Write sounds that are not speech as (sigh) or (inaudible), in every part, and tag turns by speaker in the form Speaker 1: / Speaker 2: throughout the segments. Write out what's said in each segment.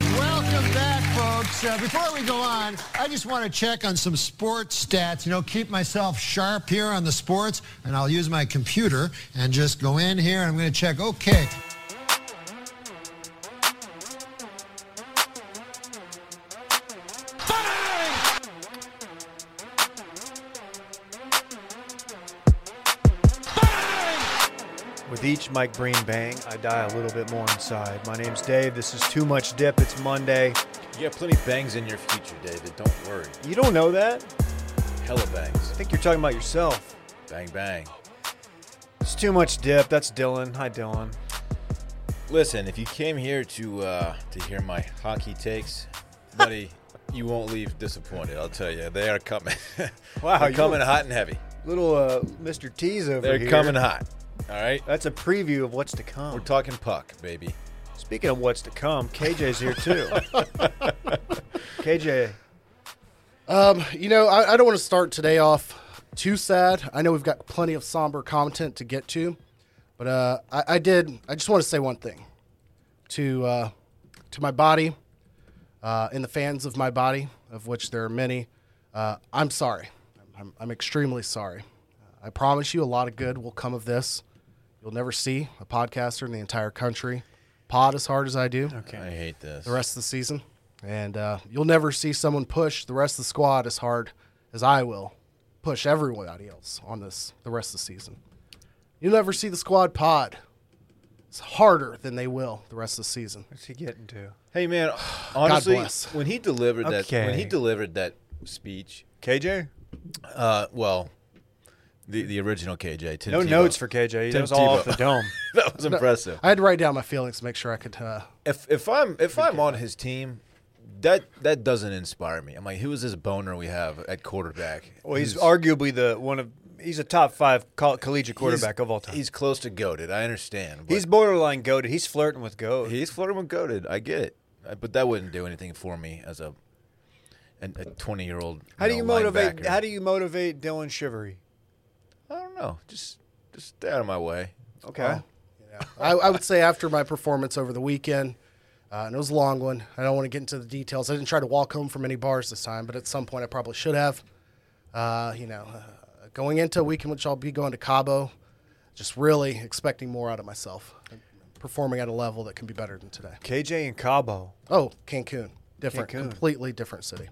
Speaker 1: Welcome back, folks. Uh, before we go on, I just want to check on some sports stats. You know, keep myself sharp here on the sports, and I'll use my computer and just go in here and I'm going to check. Okay.
Speaker 2: With each Mike Breen bang, I die a little bit more inside. My name's Dave. This is Too Much Dip. It's Monday.
Speaker 3: You have plenty of bangs in your future, David. Don't worry.
Speaker 2: You don't know that?
Speaker 3: Hella bangs.
Speaker 2: I think you're talking about yourself.
Speaker 3: Bang, bang.
Speaker 2: It's Too Much Dip. That's Dylan. Hi, Dylan.
Speaker 3: Listen, if you came here to uh, to hear my hockey takes, buddy, (laughs) you won't leave disappointed. I'll tell you, they are coming. (laughs)
Speaker 2: Wow,
Speaker 3: They're
Speaker 2: you
Speaker 3: coming
Speaker 2: were-
Speaker 3: hot and heavy.
Speaker 2: Little uh, Mr. T's over
Speaker 3: They're
Speaker 2: here.
Speaker 3: coming hot. All right,
Speaker 2: That's a preview of what's to come.
Speaker 3: we're talking puck, baby.
Speaker 2: Speaking of what's to come, KJ's here too.
Speaker 3: (laughs)
Speaker 2: KJ,
Speaker 4: Um, you know, I, I don't want to start today off too sad. I know we've got plenty of somber content to get to, but uh, I, I did. I just want to say one thing to uh, to my body uh, and the fans of my body, of which there are many. Uh, I'm sorry. I'm, I'm extremely sorry. I promise you, a lot of good will come of this. You'll never see a podcaster in the entire country pod as hard as I do
Speaker 3: I hate this.
Speaker 4: the rest of the season. And uh, you'll never see someone push the rest of the squad as hard as I will push everybody else on this the rest of the season. You'll never see the squad pod. It's harder than they will the rest of the season.
Speaker 2: what's he getting to?
Speaker 3: Hey,
Speaker 2: (sighs)
Speaker 3: man. (sighs) Honestly,
Speaker 4: bless.
Speaker 3: when he delivered that, when he
Speaker 2: Okay.
Speaker 3: delivered that speech,
Speaker 2: KJ?
Speaker 3: uh, well, the the original KJ. Tim
Speaker 2: No
Speaker 3: Tebow.
Speaker 2: notes for KJ. That
Speaker 3: Tim
Speaker 2: was
Speaker 3: Tebow.
Speaker 2: all off the
Speaker 3: (laughs)
Speaker 2: dome.
Speaker 3: that was impressive.
Speaker 4: I had to write down my feelings to make sure I could. Uh,
Speaker 3: if if I'm if I'm on his team, that that doesn't inspire me. I'm like, who is this boner we have at quarterback?
Speaker 2: Well, he's arguably the one of he's a top five col- collegiate quarterback
Speaker 3: He's-
Speaker 2: of all time. He's,
Speaker 3: He's close to goaded. I understand. But he's
Speaker 2: he's borderline goaded. He's flirting with goat.
Speaker 3: he's flirting with goaded. I get it, I- but that wouldn't do anything for me as a an- a 20 year old.
Speaker 2: how do you motivate?
Speaker 3: Linebacker.
Speaker 2: How do you motivate Dylan Shivery?
Speaker 3: I don't know. Just just stay out of my way.
Speaker 2: Okay,
Speaker 4: I, I would say after my performance over the weekend, uh, and it was a long one. I don't want to get into the details. I didn't try to walk home from any bars this time, but at some point I probably should have. Uh, you know, uh, going into a weekend which I'll be going to Cabo, just really expecting more out of myself, and performing at a level that can be better than today.
Speaker 2: KJ and Cabo,
Speaker 4: Oh, Cancun, different,
Speaker 2: Cancun.
Speaker 4: completely different city.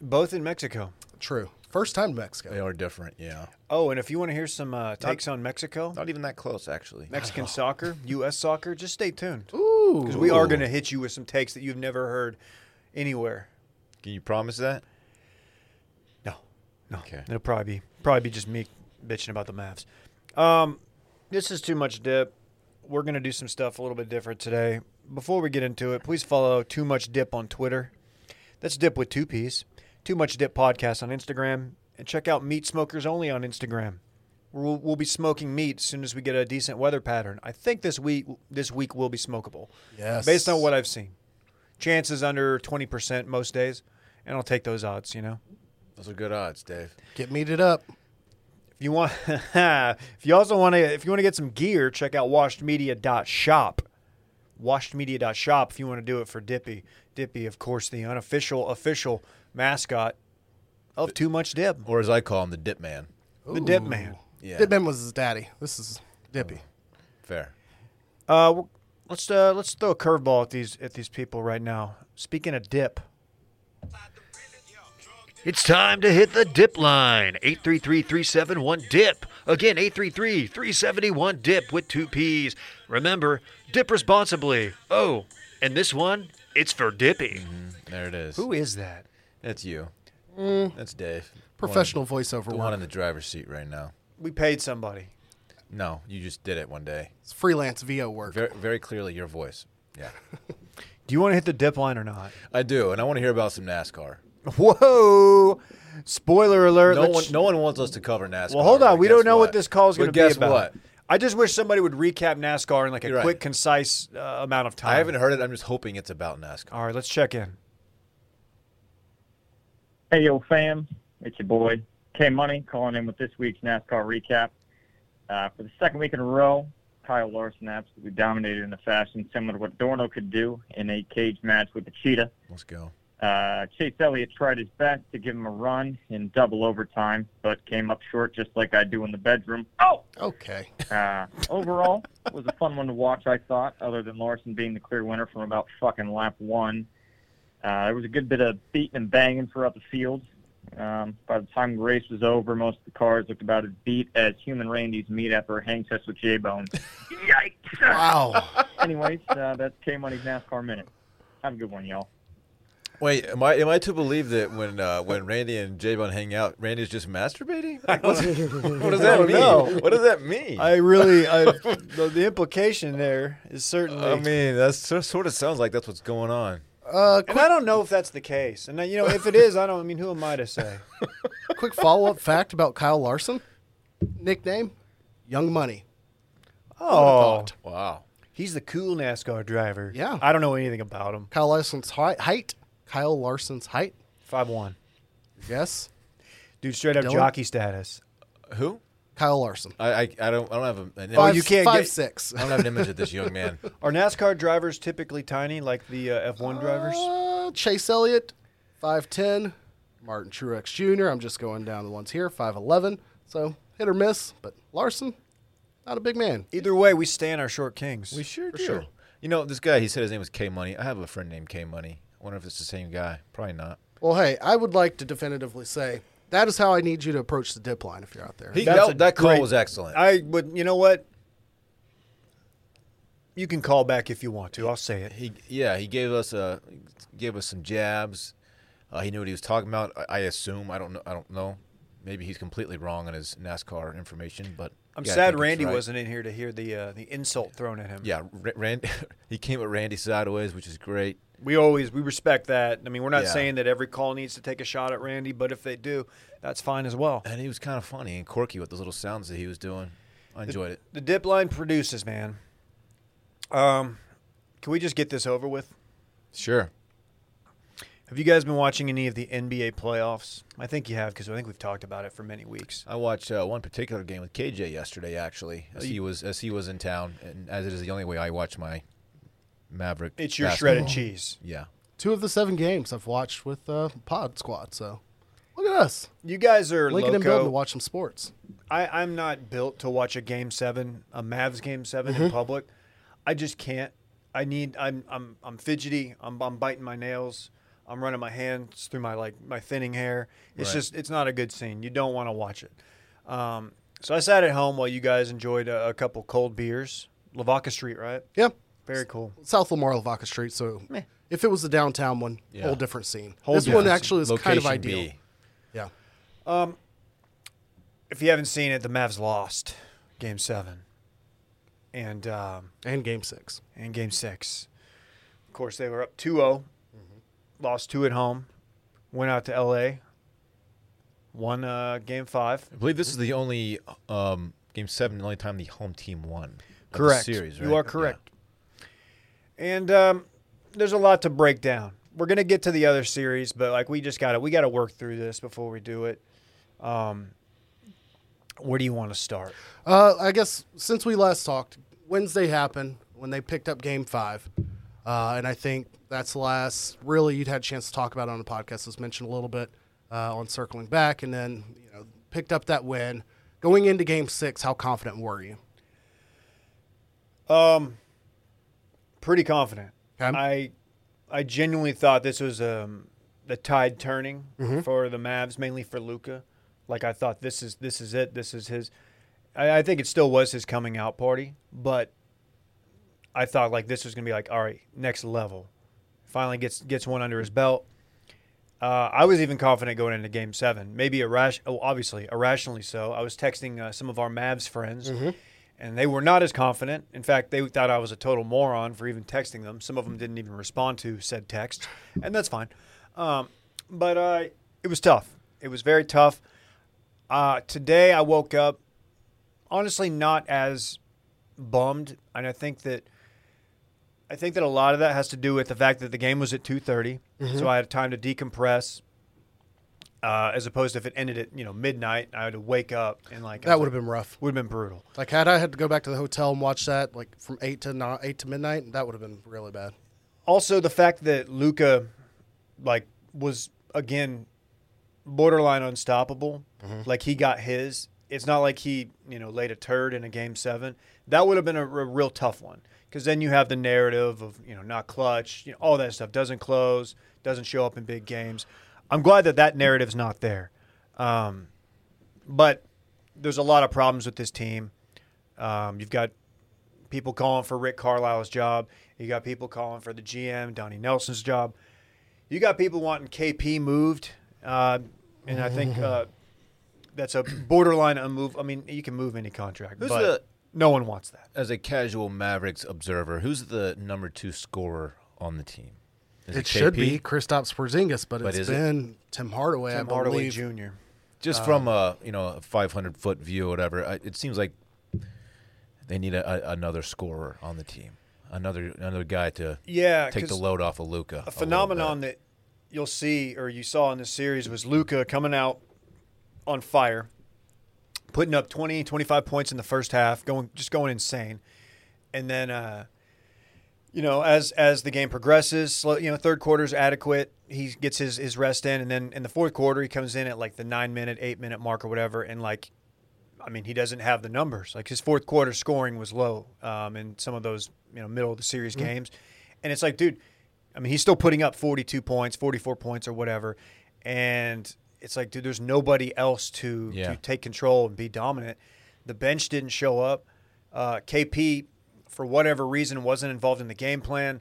Speaker 2: both in Mexico.
Speaker 4: True, first time to Mexico.
Speaker 3: They are different. Yeah,
Speaker 2: Oh, and if you want to hear some uh, takes on Mexico,
Speaker 3: not even that close actually.
Speaker 2: Mexican soccer, U.S. soccer, just stay tuned
Speaker 4: Ooh,
Speaker 2: because we are
Speaker 3: Ooh.
Speaker 2: going to hit you with some takes that you've never heard anywhere.
Speaker 3: Can you promise that?
Speaker 2: No, no.
Speaker 3: Okay.
Speaker 2: It'll probably be probably be just me bitching about the Mavs. Um, this is too much dip. We're gonna do some stuff a little bit different today. Before we get into it, please follow Too Much Dip on Twitter. That's Dip with two P's. Too Much Dip podcast on Instagram, and check out Meat Smokers Only on Instagram. We'll, we'll be smoking meat as soon as we get a decent weather pattern. I think this week this week will be smokable.
Speaker 4: Yes.
Speaker 2: Based on what I've seen, chances under twenty percent most days, and I'll take those odds. You know.
Speaker 3: Those are good odds, Dave.
Speaker 4: get meated up.
Speaker 2: If you want, (laughs) if you also want to, if you want to get some gear, check out washedmedia.shop. Washedmedia.shop. If you want to do it for Dippy, Dippy, of course, the unofficial official mascot of Too Much Dip,
Speaker 3: Or as I call him, the dip man.
Speaker 2: the Dip Man.
Speaker 3: Yeah.
Speaker 4: Dipman was his daddy. This is Dippy.
Speaker 3: Fair.
Speaker 2: Uh, w- let's uh, let's throw a curveball at these at these people right now. Speaking of dip,
Speaker 5: It's time to hit the dip line. 833-371-DIP. Again, 833-371-DIP with two P's. Remember, dip responsibly. Oh, and this one, it's for Dippy.
Speaker 3: There it is.
Speaker 2: Mm-hmm. who is that?
Speaker 3: That's you. That's Dave.
Speaker 4: Mm. Professional voiceover
Speaker 3: The one, the
Speaker 4: work.
Speaker 3: one in the driver's seat right now.
Speaker 2: We paid somebody.
Speaker 3: No, you just did it one day.
Speaker 4: It's freelance VO work.
Speaker 3: Very, very clearly, your voice. Yeah,
Speaker 2: Do you want to hit the dip line or not?
Speaker 3: I do, and I want to hear about some NASCAR.
Speaker 2: Whoa! Spoiler alert.
Speaker 3: No
Speaker 2: Let's-
Speaker 3: one, no one wants us to cover NASCAR.
Speaker 2: Well, hold on.
Speaker 3: but
Speaker 2: We
Speaker 3: guess
Speaker 2: don't know what, this call is
Speaker 3: But
Speaker 2: going to be
Speaker 3: Guess
Speaker 2: about.
Speaker 3: what?
Speaker 2: I just wish somebody would recap NASCAR in like a
Speaker 3: You're right.
Speaker 2: quick, concise uh, amount of time.
Speaker 3: I haven't heard it. I'm just hoping it's about NASCAR.
Speaker 2: All right, let's check in.
Speaker 6: Hey, yo, fam. It's your boy, K Money, calling in with this week's NASCAR recap. Uh, for the second week in a row, Kyle Larson absolutely dominated in a fashion similar to what Dorno could do in a cage match with the cheetah.
Speaker 3: Let's go.
Speaker 6: Uh, Chase Elliott tried his best to give him a run in double overtime, but came up short just like I do in the bedroom. Oh!
Speaker 4: Okay.
Speaker 6: Uh, overall, it was a fun one to watch, I thought, other than Larson being the clear winner from about fucking lap one. Uh, there was a good bit of beating and banging throughout the field. Um, by the time the race was over, most of the cars looked about as beat as human Randy's meat after a hang test with J-Bone. Yikes!
Speaker 4: Wow.
Speaker 6: Anyways, uh, that came on his NASCAR minute. Have a good one, y'all.
Speaker 3: Wait, am I am I to believe that when uh, when Randy and Javon hang out, Randy's just masturbating? Like,
Speaker 2: (laughs)
Speaker 3: what's- what does that
Speaker 2: don't
Speaker 3: mean?
Speaker 2: know.
Speaker 3: What does that mean?
Speaker 2: I really, (laughs) I, the, the implication there is certainly.
Speaker 3: I mean, that's so- sort of sounds like that's what's going on.
Speaker 4: Uh,
Speaker 2: and I don't know if that's the case. And, uh, you know, if it is, I don't, I mean, who am I to (laughs) say?
Speaker 4: quick follow up fact about Kyle Larson. Nickname, Young Money.
Speaker 2: Oh,
Speaker 3: Wow.
Speaker 2: he's the cool NASCAR driver.
Speaker 4: Yeah.
Speaker 2: I don't know anything about him.
Speaker 4: Kyle Larson's hi- height. Kyle Larson's height.
Speaker 2: 5'1.
Speaker 4: Yes.
Speaker 2: Dude, straight up
Speaker 4: Dylan?
Speaker 2: jockey status.
Speaker 3: Who?
Speaker 4: Kyle Larson.
Speaker 3: I I, I don't I don't have a, an
Speaker 2: Oh,
Speaker 3: image-
Speaker 2: Uh, you can't
Speaker 4: five
Speaker 2: get- (laughs)
Speaker 4: six.
Speaker 3: I don't have an image of this young (laughs) man.
Speaker 2: Are NASCAR drivers typically tiny like the uh, F1 drivers?
Speaker 4: Uh, Chase Elliott, five ten. Martin Truex Jr. I'm just going down the ones here. Five eleven. So hit or miss, but Larson, not a big man.
Speaker 2: Either way, we stand our short kings.
Speaker 3: We sure do. You know, this guy, he said his name was K Money. I have a friend named K Money. I wonder if it's the same guy. Probably not.
Speaker 4: Well, hey, I would like to definitively say that is how I need you to approach the dip line if you're out there.
Speaker 3: He,
Speaker 2: That's a
Speaker 3: that, that call
Speaker 2: great-
Speaker 3: was excellent.
Speaker 2: I would. You know what? You can call back if you want to. I'll say it.
Speaker 3: he yeah, he gave us a gave us some jabs. Uh, he knew what he was talking about. I, I assume. I don't know. I don't know. Maybe he's completely wrong on his NASCAR information, but
Speaker 2: I'm
Speaker 3: yeah, I think
Speaker 2: sad
Speaker 3: it's
Speaker 2: Randy
Speaker 3: right.
Speaker 2: wasn't in here to hear the uh, the insult thrown at him.
Speaker 3: Yeah, Ra- Rand, (laughs) he came at Randy sideways, which is great.
Speaker 2: we always we respect that. I mean, we're not
Speaker 3: Yeah.
Speaker 2: saying that every call needs to take a shot at Randy, but if they do, that's fine as well.
Speaker 3: And he was kind of funny and quirky with those little sounds that he was doing. I enjoyed it.
Speaker 2: The dip line produces, man. Um, can we just get this over with?
Speaker 3: Sure.
Speaker 2: Have you guys been watching any of the NBA playoffs? I think you have because I think we've talked about it for many weeks.
Speaker 3: I watched uh, one particular game with KJ yesterday, actually,
Speaker 2: Oh,
Speaker 3: as he was as he was in town, and as it is the only way I watch my Maverick.
Speaker 2: It's your
Speaker 3: basketball.
Speaker 2: shredded cheese.
Speaker 3: Yeah,
Speaker 4: Two of the seven games I've watched with uh, Pod Squad. So look at us,
Speaker 2: You guys are
Speaker 4: Lincoln and
Speaker 2: loco.
Speaker 4: Building to watch some sports.
Speaker 2: I, I'm not built to watch a game seven, a Mavs game 7 in public. I just can't. I need. I'm. I'm. I'm fidgety. I'm. I'm biting my nails. I'm running my hands through my like my thinning hair. It's
Speaker 3: Right.
Speaker 2: just. It's not a good scene. You don't want to watch it. Um, so I sat at home while you guys enjoyed a, a couple cold beers. Lavaca Street, right?
Speaker 4: Yeah,
Speaker 2: Very cool.
Speaker 4: South Lamar Lavaca Street. So if it was the downtown one, whole different scene.
Speaker 2: Whole
Speaker 4: this
Speaker 2: different
Speaker 4: one actually is kind of
Speaker 3: Location
Speaker 4: ideal.
Speaker 3: B.
Speaker 4: Yeah.
Speaker 2: If you haven't seen it, the Mavs lost game seven, and um,
Speaker 4: And game six.
Speaker 2: in game six. Of course, they were up 2 0, lost two at home, went out to LA, won uh, game five.
Speaker 3: I believe this is the only um, game seven, the only time the home team won. of the
Speaker 2: Correct.
Speaker 3: series, right?
Speaker 2: You are correct. And um, there's a lot to break down. We're going to get to the other series, but like we just got to we got to work through this before we do it. Um, where do you want to start?
Speaker 4: Uh, I guess since we last talked, Wednesday happened when they picked up Game Five, uh, and I think that's the last really you'd had a chance to talk about on the podcast. It was mentioned a little bit uh, on circling back, and then you know picked up that win. Going into Game Six, how confident were you?
Speaker 2: Um, pretty confident.
Speaker 4: Okay.
Speaker 2: I I genuinely thought this was um, the tide turning for the Mavs, mainly for Luca. Like I thought this is this is it. This is his. I, I think it still was his coming out party, but I thought like this was gonna be like all right, next level. Finally gets gets one under his belt. Uh, I was even confident going into Game Seven. Maybe irrational, oh, obviously irrationally so. I was texting uh, some of our Mavs friends, and they were not as confident. In fact, they thought I was a total moron for even texting them. Some of them didn't even respond to said text, and that's fine. Um, but uh, it was tough. It was very tough. Uh, today I woke up honestly not as bummed, and I think that I think that a lot of that
Speaker 4: Mm-hmm.
Speaker 2: has to do with the fact that the game was at two so I had time to decompress. uh, as opposed to if it ended at you know midnight, I had to wake up and like
Speaker 4: That would have been rough.
Speaker 2: would have been brutal.
Speaker 4: Like had I had to go back to the hotel and watch that like from eight to nine, eight to midnight, that would have been really bad.
Speaker 2: Also, the fact that Luca, like, was again borderline unstoppable. Like he got his. It's not like he you know laid a turd in a game seven. That would have been a, r- real tough one because then you have the narrative of you know not clutch, you know, all that stuff doesn't close, doesn't show up in big games. I'm glad that that narrative's not there. Um, but there's a lot of problems with this team. Um, you've got people calling for Rick Carlisle's job. You got people calling for the GM, Donnie Nelson's job. You got people wanting KP moved. Uh, and I think uh, that's a borderline unmove. I mean, you can move any contract,
Speaker 3: Who's
Speaker 2: but
Speaker 3: the-
Speaker 2: no one wants that.
Speaker 3: As a casual Mavericks observer, who's the number two scorer on the team? Is
Speaker 4: It, should
Speaker 3: KP?
Speaker 4: be Kristaps Porzingis, but,
Speaker 3: But
Speaker 4: it's
Speaker 3: is it?
Speaker 4: been Tim Hardaway.
Speaker 2: Tim
Speaker 4: I
Speaker 2: Hardaway
Speaker 4: believe.
Speaker 2: Jr.
Speaker 3: just from a you know a 500 foot view or whatever I, it seems like they need a, a, another scorer on the team another another guy to
Speaker 2: Yeah,
Speaker 3: take the
Speaker 2: 'cause-
Speaker 3: load off of luca
Speaker 2: a phenomenon that you'll see or you saw in this series was Luca coming out on fire, putting up 20, 25 points in the first half, going just going insane. And then uh, you know, as as the game progresses, slow, you know, third quarter's adequate. He gets his his rest in and then in the fourth quarter he comes in at like the 9 minute, 8 minute mark or whatever and like I mean, he doesn't have the numbers. Like his fourth quarter scoring was low um, in some of those you know middle of the series games, and it's like, dude, I mean, he's still putting up 42 points, 44 points, or whatever, and it's like, dude, there's nobody else to
Speaker 3: Yeah.
Speaker 2: to take control and be dominant. The bench didn't show up. Uh, KP, for whatever reason, wasn't involved in the game plan.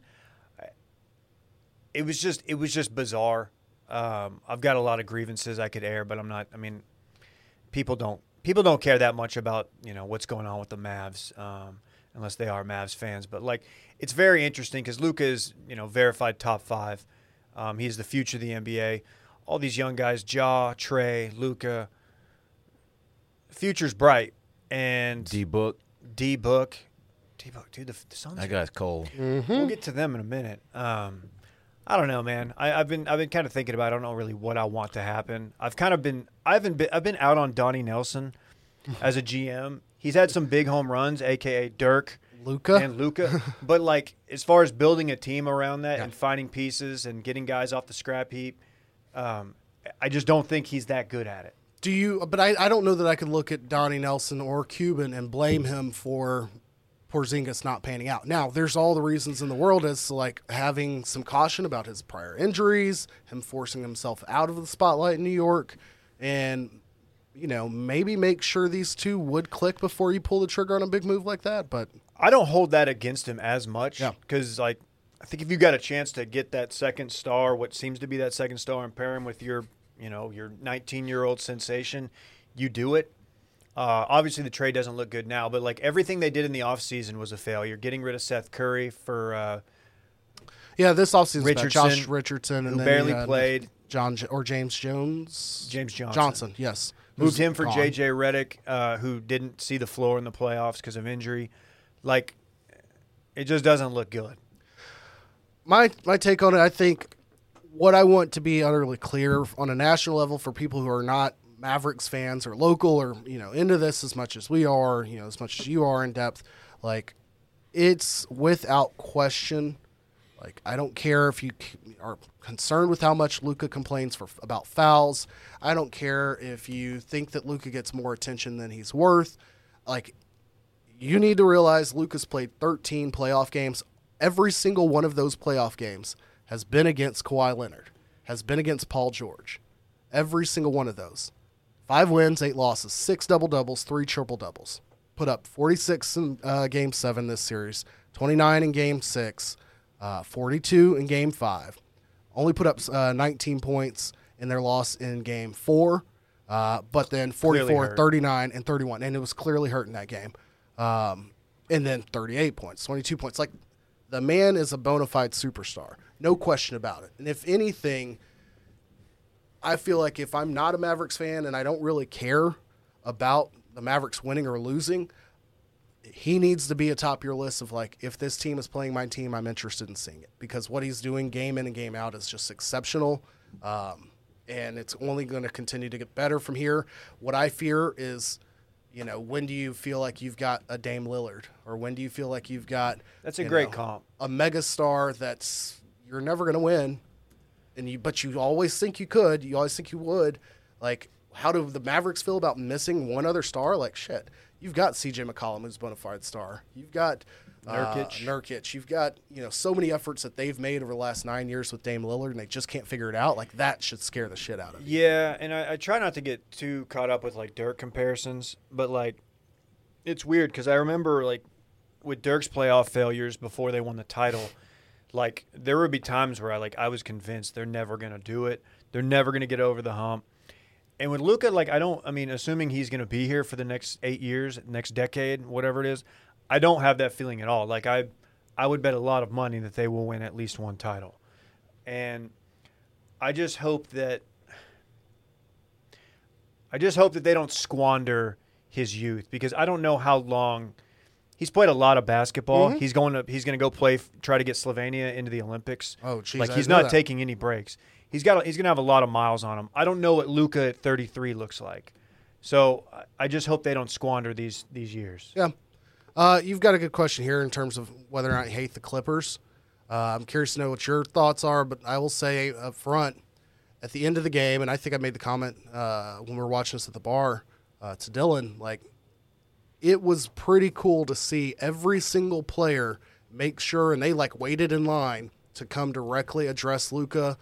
Speaker 2: It was just it was just bizarre. Um, I've got a lot of grievances I could air, but I'm not. I mean, people don't people don't care that much about you know what's going on with the Mavs um, unless they are Mavs fans. But like, it's very interesting because Luca is you know verified top five. Um, he's the future of the NBA. All these young guys, Ja, Trey, Luca, future's bright. And
Speaker 3: d book
Speaker 2: D Book, D Book, dude, the, the Suns.
Speaker 3: that guy's cold
Speaker 2: We'll get to them in a minute. Um, I don't know, man. I, I've been I've been kind of thinking about. I don't know really what I want to happen. I've kind of been I haven't been I've been out on Donnie Nelson as a GM. He's had some big home runs, aka Dirk
Speaker 4: Luca?
Speaker 2: and Luca. but like as far as building a team around that and finding pieces and getting guys off the scrap heap, um, I just don't think he's that good at it.
Speaker 4: Do you? But I, I don't know that I could look at Donnie Nelson or Cuban and blame him for Porzingis not panning out. Now, there's all the reasons in the world as to like having some caution about his prior injuries, him forcing himself out of the spotlight in New York, and you know maybe make sure these two would click before you pull the trigger on a big move like that. But
Speaker 2: I don't hold that against him as much
Speaker 4: Yeah.
Speaker 2: because, like, I think if you got a chance to get that second star, what seems to be that second star, and pair him with your, you know, your 19 year old sensation, you do it. Uh, obviously, the trade doesn't look good now, but like everything they did in the offseason was a failure. Getting rid of Seth Curry for uh,
Speaker 4: yeah, this offseason about Josh
Speaker 2: Richardson,
Speaker 4: Richardson and
Speaker 2: who
Speaker 4: then
Speaker 2: barely
Speaker 4: you had
Speaker 2: played.
Speaker 4: John J- or James Jones
Speaker 2: James Johnson.
Speaker 4: Johnson yes
Speaker 2: moved him for
Speaker 4: Gone.
Speaker 2: JJ Redick, uh, who didn't see the floor in the playoffs because of injury. Like, it just doesn't look good.
Speaker 4: my my take on it, I think what I want to be utterly clear on a national level for people who are not Mavericks fans or local or you know into this as much as we are, you know, as much as you are in depth, like it's without question. Like I don't care if you c- are concerned with how much Luca complains for about fouls. I don't care if you think that Luca gets more attention than he's worth. Like you need to realize Luca's played 13 playoff games. Every single one of those playoff games has been against Kawhi Leonard, has been against Paul George. Every single one of those. Five wins, eight losses, six double doubles, three triple doubles. Put up 46 in uh, game seven this series, 29 in game six, uh, 42 in game five. Only put up uh, 19 points in their loss in game four, uh, but then 44
Speaker 2: hurt.
Speaker 4: 39 and 31 and it was clearly hurting that game um, and then 38 points 22 points like the man is a bona fide superstar no question about it and if anything i feel like if i'm not a mavericks fan and i don't really care about the mavericks winning or losing he needs to be atop your list of like if this team is playing my team i'm interested in seeing it because what he's doing game in and game out is just exceptional um, and it's only going to continue to get better from here. What I fear is, you know, when do you feel like you've got a Dame Lillard, or when do you feel like you've got
Speaker 2: That's a
Speaker 4: you
Speaker 2: great comp.
Speaker 4: a megastar that's you're never going to win, and you but you always think you could, you always think you would. Like, how do the Mavericks feel about missing one other star? Like, shit, you've got C.J. McCollum who's a bona fide star. You've got uh,
Speaker 2: Nurkic.
Speaker 4: Nurkic. You've got you know so many efforts that they've made over the last nine years with Dame Lillard, and they just can't figure it out. Like that should scare the shit out of you.
Speaker 2: Yeah, and I, I try not to get too caught up with like Dirk comparisons, but like it's weird because I remember like with Dirk's playoff failures before they won the title, like there would be times where I like I was convinced they're never gonna do it, they're never gonna get over the hump. And with Luca, like I don't, I mean, assuming he's gonna be here for the next eight years, next decade, whatever it is, I don't have that feeling at all. Like I, I would bet a lot of money that they will win at least one title, and I just hope that I just hope that they don't squander his youth because I don't know how long he's played a lot of basketball.
Speaker 4: Mm-hmm.
Speaker 2: He's going to he's going to go play f- try to get Slovenia into the Olympics.
Speaker 4: Oh, jeez,
Speaker 2: like
Speaker 4: I
Speaker 2: he's
Speaker 4: didn't know
Speaker 2: not
Speaker 4: that.
Speaker 2: taking any breaks. He's got he's going to have a lot of miles on him. I don't know what Luca at 33 looks like. So I- I just hope they don't squander these these years.
Speaker 4: Yeah. Uh, you've got a good question here in terms of whether or not you hate the Clippers. Uh, I'm curious to know what your thoughts are, but I will say up front, at the end of the game, and I think I made the comment uh, when we were watching this at the bar uh, to Dylan, like, it was pretty cool to see every single player make sure, and they like waited in line to come directly address Luca,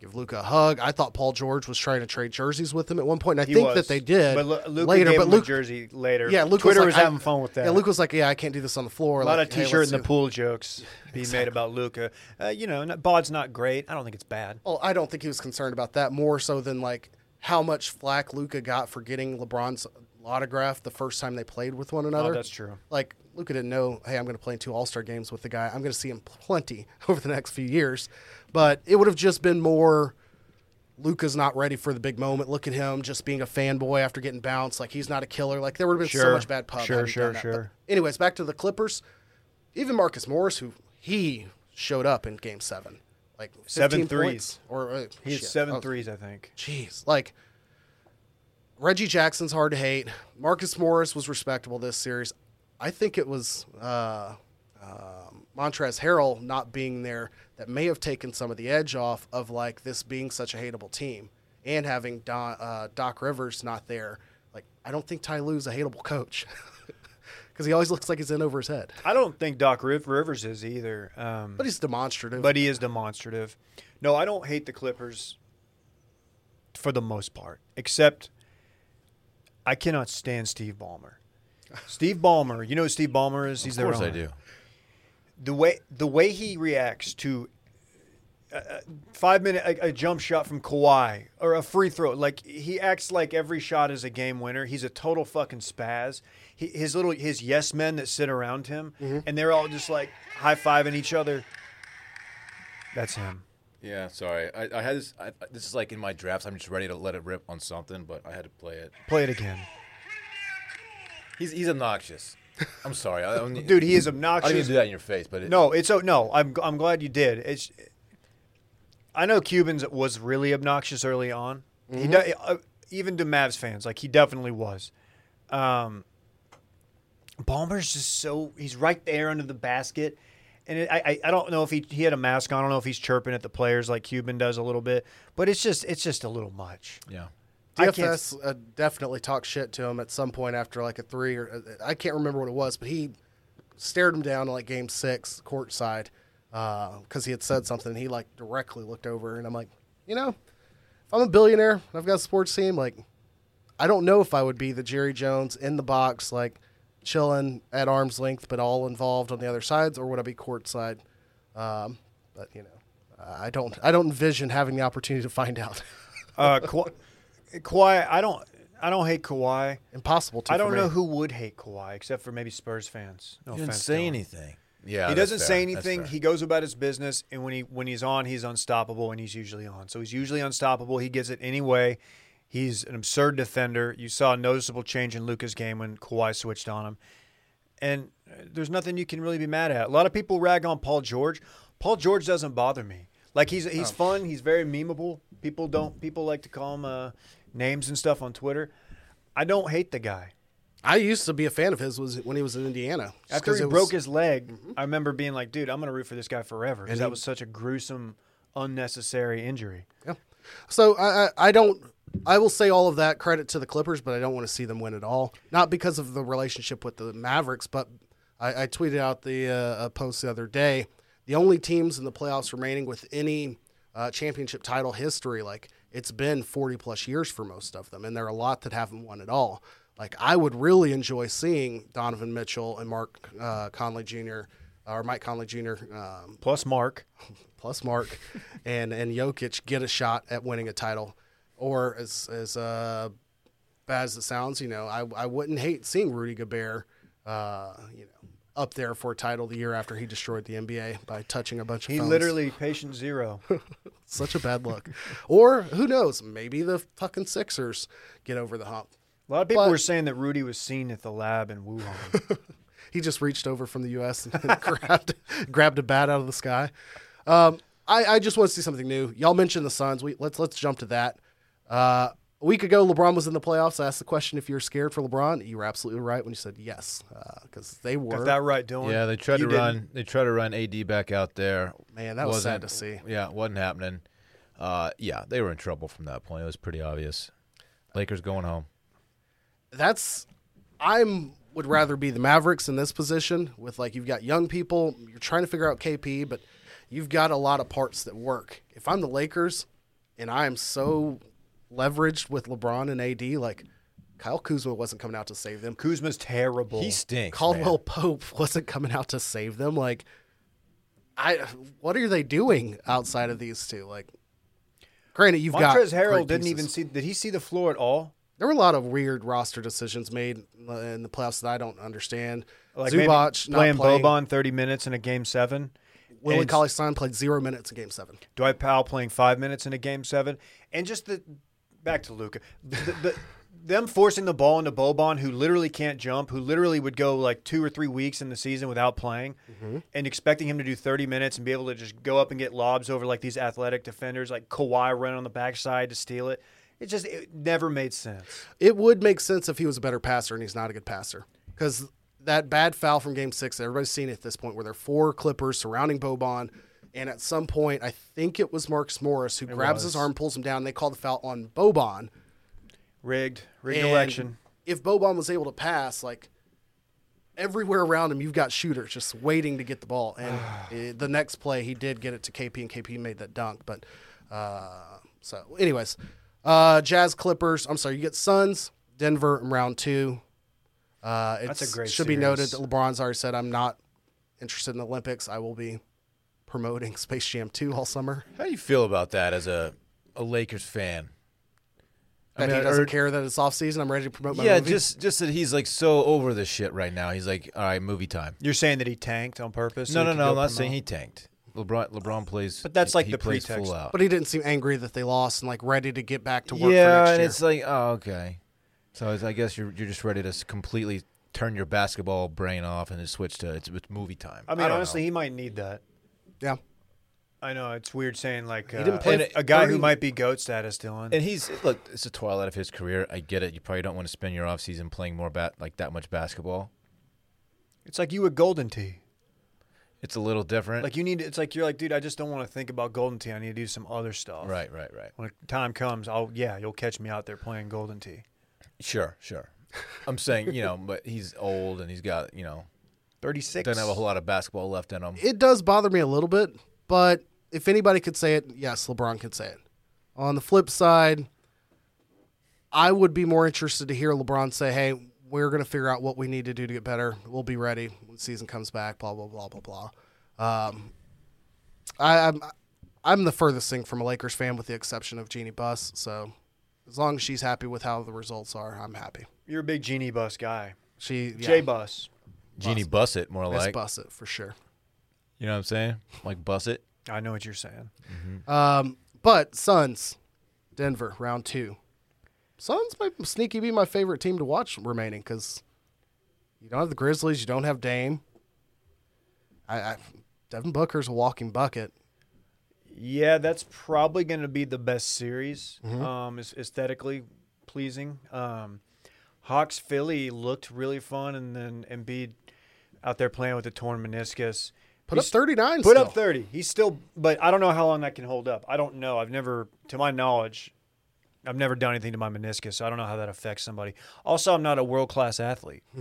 Speaker 4: give Luca a hug. I thought Paul George was trying to trade jerseys with him at one point, and I think that they did
Speaker 2: But Lu- Luka
Speaker 4: later.
Speaker 2: gave
Speaker 4: but
Speaker 2: him
Speaker 4: Luke,
Speaker 2: a jersey later.
Speaker 4: yeah, Luke
Speaker 2: Twitter
Speaker 4: was, like,
Speaker 2: was
Speaker 4: I-
Speaker 2: having fun with that.
Speaker 4: Yeah, Luke was like, "Yeah, I can't do this on the floor."
Speaker 2: A lot
Speaker 4: like,
Speaker 2: of
Speaker 4: "Hey,
Speaker 2: T-shirt
Speaker 4: let's
Speaker 2: in the
Speaker 4: do-"
Speaker 2: pool
Speaker 4: (laughs)
Speaker 2: jokes being made about Luca. Uh, you know, not, Bod's not great. I don't think it's bad.
Speaker 4: Well, Oh, I don't think he was concerned about that more so than like how much flack Luca got for getting LeBron's autograph the first time they played with one another.
Speaker 2: that's true.
Speaker 4: Like Luca didn't know, hey, I'm going to play in two All Star games with the guy. I'm going to see him plenty (laughs) over the next few years, but it would have just been more. Luca's not ready for the big moment. Look at him just being a fanboy after getting bounced. Like he's not a killer. Like there would have been so
Speaker 2: Sure.
Speaker 4: much bad pub.
Speaker 2: Sure,
Speaker 4: had he
Speaker 2: sure,
Speaker 4: done that.
Speaker 2: sure.
Speaker 4: But anyways, back to the Clippers. Even Marcus Morris, who he showed up in Game Seven, like 15
Speaker 2: Seven threes.
Speaker 4: points, or uh,
Speaker 2: He had
Speaker 4: shit.
Speaker 2: seven
Speaker 4: Oh,
Speaker 2: threes, I think.
Speaker 4: Jeez, like Reggie Jackson's hard to hate. Marcus Morris was respectable this series. I think it was uh, um Montrez Harrell not being there that may have taken some of the edge off of like this being such a hateable team and having Don, uh, Doc Rivers not there. Like, I don't think Ty Lue's a hateable coach (laughs) because he always looks like he's in over his head,
Speaker 2: I don't think Doc Riv- Rivers is either, um,
Speaker 4: but he's demonstrative.
Speaker 2: but he is demonstrative. No, I don't hate the Clippers for the most part, except I cannot stand Steve
Speaker 4: (laughs)
Speaker 2: Ballmer. Steve Ballmer, you know who Steve Ballmer is? He's
Speaker 3: Of course
Speaker 2: their
Speaker 3: I
Speaker 2: owner.
Speaker 3: do.
Speaker 2: the way the way he reacts to a, a five minute a, a jump shot from Kawhi or a free throw, like he acts like every shot is a game winner. He's a total fucking spaz. He, his little his yes men that sit around him, and they're all just like high fiving each other. That's him.
Speaker 3: Yeah, sorry. I, I had this. I, this is like in my drafts. I'm just ready to let it rip on something, but I had to play it.
Speaker 2: Play it again,
Speaker 3: He's he's obnoxious. I'm sorry,
Speaker 2: (laughs)
Speaker 3: I, don't-
Speaker 2: dude. He is
Speaker 3: I didn't mean
Speaker 2: obnoxious.
Speaker 3: to do that in your face, but it,
Speaker 2: No, it's oh no. I'm I'm glad you did. It's I know Cubans was really obnoxious early on. He de- uh, even to Mavs fans, like he definitely was. Um, Ballmer's just so he's right there under the basket, and it, I I- I don't know if he he had a mask on. I don't know if he's chirping at the players like Cuban does a little bit, but it's just it's just a little much.
Speaker 3: Yeah.
Speaker 2: I can't-
Speaker 4: DFS uh, definitely talked shit to him at some point after like a three or uh, I can't remember what it was, but he stared him down in like game six courtside because he had said something. And he like directly looked over, and I'm like, you know, if I'm a billionaire and I've got a sports team, like I don't know if I would be the Jerry Jones in the box, like chilling at arm's length, but all involved on the other sides, or would I be courtside? Um, but you know, I don't I don't envision having the opportunity to find out. (laughs)
Speaker 2: Uh, Kawhi, Kawhi, I don't I don't hate Kawhi.
Speaker 4: Impossible to.
Speaker 2: I
Speaker 4: for
Speaker 2: don't
Speaker 4: me.
Speaker 2: know who would hate Kawhi except for maybe Spurs fans. No
Speaker 3: He didn't
Speaker 2: offense,
Speaker 3: say
Speaker 2: Dylan.
Speaker 3: anything. Yeah,
Speaker 2: he
Speaker 3: that's
Speaker 2: doesn't
Speaker 3: fair.
Speaker 2: say
Speaker 3: That's
Speaker 2: anything.
Speaker 3: fair.
Speaker 2: He goes about his business, and when he when he's on, he's unstoppable, and he's usually on. So he's usually unstoppable. He gets it anyway. He's an absurd defender. You saw a noticeable change in Luca's game when Kawhi switched on him, and uh, there's nothing you can really be mad at. A lot of people rag on Paul George. Paul George doesn't bother me. Like he's he's
Speaker 3: Oh.
Speaker 2: fun. He's very memeable. People don't people like to call him uh, names and stuff on Twitter. I don't hate the guy.
Speaker 4: I used to be a fan of his was when he was in Indiana. just
Speaker 2: After
Speaker 4: 'cause
Speaker 2: he
Speaker 4: it was- Mm-hmm.
Speaker 2: broke his leg, I remember being like, "Dude, I'm gonna root for this guy forever." Because
Speaker 4: And
Speaker 2: that
Speaker 4: he-
Speaker 2: was such a gruesome, unnecessary injury.
Speaker 4: Yeah. So I, I I don't I will say all of that credit to the Clippers, but I don't want to see them win at all. Not because of the relationship with the Mavericks, but I, I tweeted out the uh, uh, post the other day. The only teams in the playoffs remaining with any uh, championship title history, like it's been 40 plus years for most of them, and there are a lot that haven't won at all. Like I would really enjoy seeing Donovan Mitchell and Mark uh, Conley Jr. or Mike Conley Jr. Um,
Speaker 2: Plus, Mark.
Speaker 4: plus
Speaker 2: (laughs)
Speaker 4: Mark and and Jokic get a shot at winning a title, or as as uh, bad as it sounds, you know, I I wouldn't hate seeing Rudy Gobert, uh, you know, up there for a title the year after he destroyed the NBA by touching a bunch of
Speaker 2: He
Speaker 4: phones.
Speaker 2: literally patient
Speaker 4: (laughs)
Speaker 2: zero.
Speaker 4: such a
Speaker 2: (laughs)
Speaker 4: bad look, or who knows, maybe the fucking Sixers get over the hump.
Speaker 2: A lot of people
Speaker 4: But-
Speaker 2: were saying that Rudy was seen at the lab in
Speaker 4: (laughs)
Speaker 2: Wuhan.
Speaker 4: He just reached over from the U.S. and (laughs) grabbed grabbed a bat out of the sky. Um, I, I just want to see something new. Y'all mentioned the Suns. We let's let's jump to that. Uh, a week ago, LeBron was in the playoffs. I asked the question if you were scared for LeBron. You were absolutely right when you said yes, because they were.
Speaker 2: Got that right, Dylan?
Speaker 3: Yeah, they tried
Speaker 2: You
Speaker 3: to
Speaker 2: didn't.
Speaker 3: run. They tried to run AD back out there.
Speaker 4: Man, that was sad
Speaker 3: Wasn't-
Speaker 4: to see.
Speaker 3: Yeah, wasn't happening. Uh, yeah, they were in trouble from that point. It was pretty obvious. Lakers going home.
Speaker 4: that's I'm would rather be the Mavericks in this position with like you've got young people, you're trying to figure out KP, but you've got a lot of parts that work. If I'm the Lakers and I am so leveraged with LeBron and AD, like Kyle Kuzma wasn't coming out to save them.
Speaker 2: Kuzma's terrible.
Speaker 3: He stinks.
Speaker 4: Caldwell
Speaker 3: man.
Speaker 4: Pope (laughs) wasn't coming out to save them. Like I what are they doing outside of these two? Like granted you've got
Speaker 2: Montrez
Speaker 4: great
Speaker 2: Harrell didn't
Speaker 4: pieces.
Speaker 2: even see. Did he see the floor at all?
Speaker 4: There were a lot of weird roster decisions made in the playoffs that I don't understand.
Speaker 2: Like maybe
Speaker 4: Zubac not
Speaker 2: playing
Speaker 4: playing.
Speaker 2: Boban thirty minutes in a game seven.
Speaker 4: Willie
Speaker 2: and
Speaker 4: Cauley Stein played zero minutes in Game Seven.
Speaker 2: Dwight Powell playing five minutes in a game seven, and just the back to Luca, the, the, (laughs) them forcing the ball into Boban, who literally can't jump, who literally would go like two or three weeks in the season without playing,
Speaker 3: Mm-hmm.
Speaker 2: and expecting him to do thirty minutes and be able to just go up and get lobs over like these athletic defenders, like Kawhi running on the backside to steal it. It just it never made sense.
Speaker 4: It would make sense if he was a better passer, and he's not a good passer because that bad foul from Game Six. Everybody's seen it at this point, where there are four Clippers surrounding Boban, and at some point, I think it was Marcus Morris who grabs his arm, pulls him down. And they call the foul on Boban.
Speaker 2: Rigged, rigged
Speaker 4: And
Speaker 2: election.
Speaker 4: If Boban was able to pass, like everywhere around him, you've got shooters just waiting to get the ball.
Speaker 3: (sighs)
Speaker 4: And eh, the next play, he did get it to KP, and KP made that dunk. But uh, so, anyways, uh, Jazz Clippers. I'm sorry, you get Suns, Denver in round two. Uh, it's,
Speaker 2: That's a great
Speaker 4: Should be noted
Speaker 2: series.
Speaker 4: that LeBron's already said, "I'm not interested in the Olympics. I will be." Promoting (laughs) Space Jam 2 all summer.
Speaker 3: How do you feel about that as a a Lakers fan?
Speaker 4: That
Speaker 3: mean,
Speaker 4: he
Speaker 3: I
Speaker 4: doesn't
Speaker 3: heard-
Speaker 4: care that it's off season. I'm ready to promote my
Speaker 3: yeah,
Speaker 4: movie.
Speaker 3: just just that he's like so over this shit right now. He's like, all right, movie time.
Speaker 2: You're saying that he tanked on purpose?
Speaker 3: No,
Speaker 2: so he
Speaker 3: no,
Speaker 2: could
Speaker 3: no.
Speaker 2: go
Speaker 3: I'm not
Speaker 2: promote?
Speaker 3: saying he tanked. LeBron LeBron plays,
Speaker 2: But that's
Speaker 3: he-
Speaker 2: like
Speaker 3: he
Speaker 2: the
Speaker 3: plays
Speaker 2: pretext.
Speaker 3: full out.
Speaker 4: But he didn't seem angry that they lost and like ready to get back to work
Speaker 3: yeah,
Speaker 4: for next
Speaker 3: and
Speaker 4: year.
Speaker 3: it's like, oh, okay. So it's, I guess you're you're just ready to s- completely turn your basketball brain off and then switch to it's, it's movie time.
Speaker 2: I mean,
Speaker 3: don't
Speaker 2: honestly,
Speaker 3: know.
Speaker 2: he might need that.
Speaker 4: yeah.
Speaker 2: I know it's weird saying like uh,
Speaker 4: didn't play
Speaker 2: and
Speaker 3: f-
Speaker 2: a guy who
Speaker 3: 30
Speaker 2: might be goat status, Dylan.
Speaker 3: and he's look, it's the twilight of his career. I get it. You probably don't want to spend your off season playing more bat like that much basketball.
Speaker 2: it's like you with Golden Tee.
Speaker 3: It's a little different.
Speaker 2: Like you need. It's like you're like, dude, I just don't want to think about Golden Tee. I need to do some other stuff.
Speaker 3: right, right, right.
Speaker 2: When time comes, I'll yeah, you'll catch me out there playing Golden Tee.
Speaker 3: Sure, sure. I'm saying you know, but he's old and he's got you know
Speaker 2: Thirty six.
Speaker 3: doesn't have a whole lot of basketball left in him.
Speaker 4: It does bother me a little bit, but if anybody could say it, yes, LeBron could say it. On the flip side, I would be more interested to hear LeBron say, "Hey, we're going to figure out what we need to do to get better. We'll be ready when the season comes back." Blah blah blah blah blah. Um, I, I'm I'm the furthest thing from a Lakers fan, with the exception of Jeannie Buss. So, as long as she's happy with how the results are, I'm happy.
Speaker 2: You're a big Genie Bus guy.
Speaker 4: She yeah,
Speaker 2: J Bus.
Speaker 3: Genie Bussett, more
Speaker 4: Miss
Speaker 3: like.
Speaker 4: Bussett for sure.
Speaker 3: You know what I'm saying? Like Bussett.
Speaker 2: I know what you're saying.
Speaker 4: Um, but Suns, Denver, round two. Suns might sneaky be my favorite team to watch remaining because you don't have the Grizzlies, you don't have Dame. I, I Devin Booker's a walking bucket.
Speaker 2: Yeah, that's probably going to be the best series,
Speaker 3: Mm-hmm.
Speaker 2: um, is aesthetically pleasing. Um, Hawks Philly looked really fun, and then Embiid out there playing with the torn meniscus.
Speaker 4: Put up
Speaker 2: He's-
Speaker 4: 39
Speaker 2: Put
Speaker 4: still.
Speaker 2: up 30. He's still, but I don't know how long that can hold up. I don't know. I've never, to my knowledge, I've never done anything to my meniscus, so I don't know how that affects somebody. Also, I'm not a world class athlete, (laughs)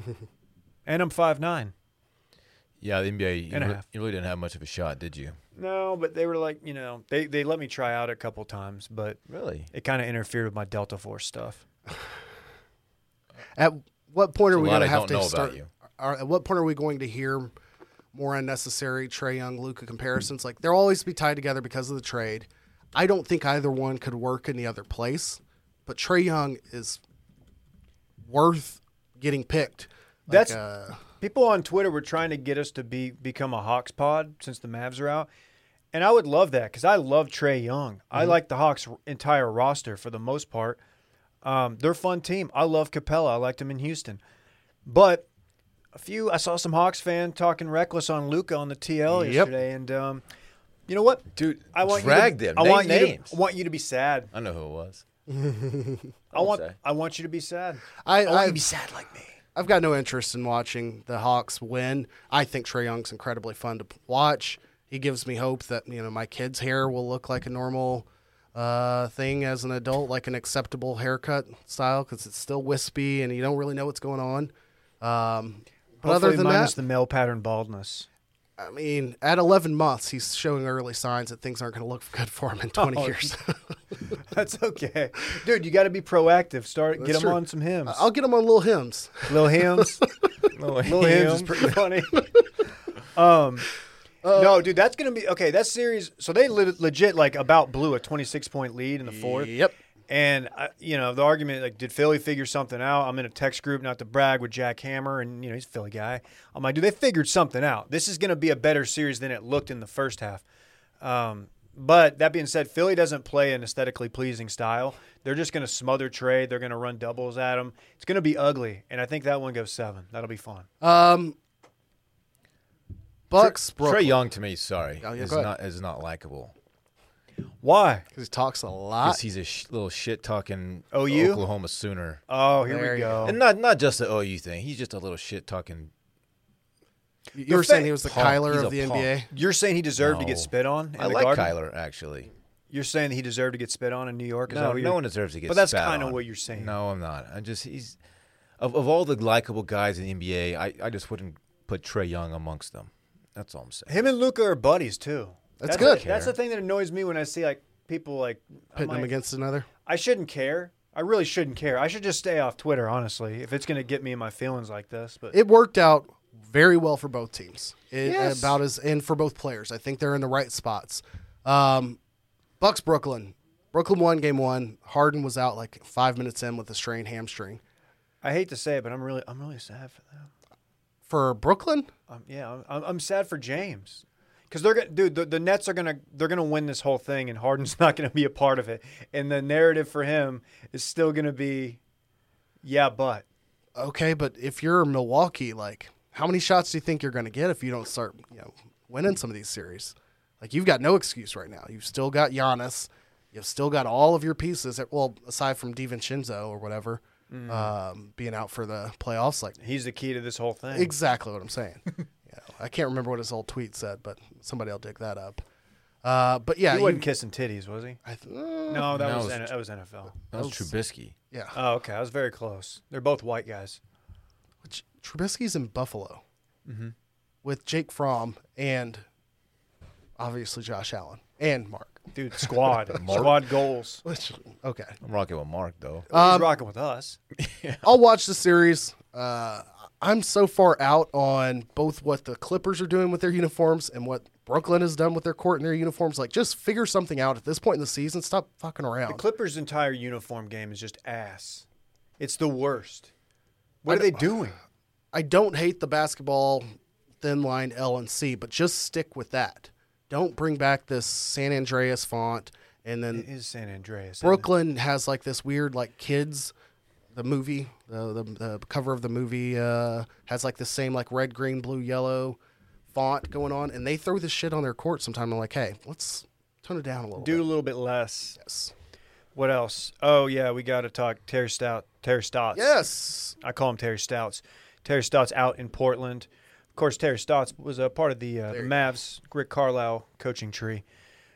Speaker 2: and I'm five nine.
Speaker 3: Yeah, the NBA, you,
Speaker 2: And a
Speaker 3: re-
Speaker 2: half.
Speaker 3: you really didn't have much of a shot, did you?
Speaker 2: No, but they were like, you know, they they let me try out a couple times, but
Speaker 3: Really?
Speaker 2: it kind of interfered with my Delta Force stuff.
Speaker 4: At what point are we
Speaker 3: lot
Speaker 4: going to
Speaker 3: I don't
Speaker 4: have to
Speaker 3: know about
Speaker 4: start?
Speaker 3: you.
Speaker 4: Are, at what point are we going to hear more unnecessary Trey Young Luca comparisons? Like they'll always be tied together because of the trade. I don't think either one could work in the other place, but Trey Young is worth getting picked. Like,
Speaker 2: That's
Speaker 4: uh,
Speaker 2: people on Twitter were trying to get us to be become a Hawks pod since the Mavs are out, and I would love that because I love Trey Young. I like the Hawks' r- entire roster for the most part. Um, they're a fun team. I love Capella. I liked him in Houston, but a few I saw some Hawks fan talking reckless on Luca on the TL
Speaker 4: Yep.
Speaker 2: yesterday, and um, you know what,
Speaker 3: Dude,
Speaker 2: I want
Speaker 3: drag
Speaker 2: you to,
Speaker 3: them.
Speaker 2: I
Speaker 3: Name
Speaker 2: want you
Speaker 3: names.
Speaker 2: to, I want you to be sad.
Speaker 3: I know who it was.
Speaker 2: I want
Speaker 3: say.
Speaker 2: I want you to be sad.
Speaker 4: I,
Speaker 2: I want you
Speaker 4: I,
Speaker 2: to be sad like me.
Speaker 4: I've got no interest in watching the Hawks win. I think Trey Young's incredibly fun to p- watch. He gives me hope that you know my kid's hair will look like a normal uh, thing as an adult, like an acceptable haircut style, because it's still wispy and you don't really know what's going on. Um, but
Speaker 2: Hopefully
Speaker 4: other than
Speaker 2: minus
Speaker 4: that,
Speaker 2: the male pattern baldness.
Speaker 4: I mean, at 11 months, he's showing early signs that things aren't going to look (laughs) good for him in 20
Speaker 2: Oh,
Speaker 4: years.
Speaker 2: (laughs) That's okay, dude. You got to be proactive. Start get
Speaker 4: That's
Speaker 2: them
Speaker 4: true.
Speaker 2: on some hymns,
Speaker 4: (laughs) I'll get him on little hymns.
Speaker 2: little
Speaker 4: (laughs)
Speaker 2: hymns,
Speaker 3: No,
Speaker 2: little hymns is pretty funny. um,
Speaker 4: Uh,
Speaker 2: no, dude, that's gonna be okay. That series, so they le- legit like about blew a twenty six point lead in the fourth.
Speaker 4: Yep.
Speaker 2: And I, you know the argument like, did Philly figure something out? I'm in a text group, not to brag, with Jack Hammer, and you know he's a Philly guy. I'm like, dude, they figured something out. This is gonna be a better series than it looked in the first half. Um, but that being said, Philly doesn't play an aesthetically pleasing style. They're just going to smother Trey. They're going to run doubles at him. It's going to be ugly, and I think that one goes seven. That'll be fun.
Speaker 4: Um, Bucks, Brooklyn.
Speaker 3: Trey Young to me, sorry,
Speaker 4: Oh, yeah,
Speaker 3: is
Speaker 4: go ahead.
Speaker 3: not is not likable.
Speaker 2: Why?
Speaker 4: 'Cause he talks a
Speaker 3: 'Cause
Speaker 4: lot.
Speaker 3: he's a sh- little shit talking
Speaker 2: OU?
Speaker 3: Oklahoma Sooner,
Speaker 2: Oh, here
Speaker 4: There
Speaker 2: we
Speaker 4: you
Speaker 2: go.
Speaker 3: and not not just the OU thing. He's just a little shit talking.
Speaker 4: You were saying
Speaker 2: fa-
Speaker 4: he was the
Speaker 3: Punk.
Speaker 4: Kyler
Speaker 3: He's
Speaker 4: of
Speaker 3: a
Speaker 4: the
Speaker 3: punk.
Speaker 4: NBA.
Speaker 2: You're saying he deserved to get
Speaker 3: No.
Speaker 2: spit on? In
Speaker 3: I
Speaker 2: the
Speaker 3: like
Speaker 2: garden?
Speaker 3: Kyler actually.
Speaker 2: You're saying that he deserved to get spit on in New York? Is that
Speaker 3: No,
Speaker 2: what
Speaker 3: no
Speaker 2: you're-
Speaker 3: one deserves to get.
Speaker 2: But that's
Speaker 3: spat
Speaker 2: kinda
Speaker 3: on.
Speaker 2: what you're saying.
Speaker 3: No, I'm not. I'm just he's of of all the likable guys in the NBA. I, I just wouldn't put Trey Young amongst them. That's all I'm saying.
Speaker 2: Him and Luca are buddies too.
Speaker 4: That's
Speaker 2: the-
Speaker 4: good.
Speaker 2: that's the thing that annoys me when I see like people like I'm
Speaker 4: Pitting them
Speaker 2: like,
Speaker 4: against another.
Speaker 2: I shouldn't care. I really shouldn't care. I should just stay off Twitter, honestly, if it's going to get me in my feelings like this. But
Speaker 4: It worked out very well for both teams. It,
Speaker 2: Yes.
Speaker 4: About as and for both players, I think they're in the right spots. Um, Bucks Brooklyn. Brooklyn won game one. Harden was out like five minutes in with a strained hamstring.
Speaker 2: I hate to say it, but I'm really, I'm really sad for them.
Speaker 4: For Brooklyn,
Speaker 2: Um, yeah, I'm- I'm, I'm sad for James because they're gonna, dude. The, the Nets are gonna, they're gonna win this whole thing, and Harden's (laughs) not gonna be a part of it. And the narrative for him is still gonna be, yeah, but
Speaker 4: okay, but if you're Milwaukee, like how many shots do you think you're going to get if you don't start, you know, winning some of these series? Like you've got no excuse right now. You've still got Giannis. You've still got all of your pieces. That, well, aside from Divincenzo or whatever um, being out for the playoffs, like
Speaker 2: he's the key to this whole thing.
Speaker 4: exactly what I'm saying. you know, I can't remember what his old tweet said, but somebody will dig that up. Uh, but yeah,
Speaker 2: he
Speaker 4: you-
Speaker 2: wasn't kissing titties, was he?
Speaker 4: I th- uh,
Speaker 2: No, that
Speaker 3: No,
Speaker 2: was
Speaker 3: it was-
Speaker 2: N- that was NFL.
Speaker 3: That was Trubisky.
Speaker 4: yeah.
Speaker 2: Oh, okay, I was very close. They're both white guys.
Speaker 4: Which, Trubisky's in Buffalo with Jake Fromm and obviously Josh Allen and Mark.
Speaker 2: Dude, squad, (laughs) squad goals.
Speaker 4: Which okay,
Speaker 3: I'm rocking with Mark though.
Speaker 2: he's rocking with (laughs) us.
Speaker 4: I'll watch the series. Uh, I'm so far out on both what the Clippers are doing with their uniforms and what Brooklyn has done with their court and their uniforms. Like, just figure something out at this point in the season. Stop fucking around.
Speaker 2: Clippers' entire uniform game is just ass. It's the worst. What are they doing?
Speaker 4: I don't hate the basketball thin line L and C, but just stick with that. Don't bring back this San Andreas font and then
Speaker 2: It is San Andreas. isn't it?
Speaker 4: Brooklyn has like this weird like kids, the movie, the the, the cover of the movie uh, has like the same like red, green, blue, yellow font going on, and they throw this shit on their court. Sometime I'm like, hey, let's Tone it down a little.
Speaker 2: Do a
Speaker 4: bit.
Speaker 2: little bit less.
Speaker 4: yes.
Speaker 2: What else? Oh yeah, we got to talk Terry Stout. Terry Stotts.
Speaker 4: Yes.
Speaker 2: I call him Terry Stouts. Terry Stouts out in Portland. Of course, Terry Stouts was a part of the, uh, the Mavs Rick Carlisle coaching tree.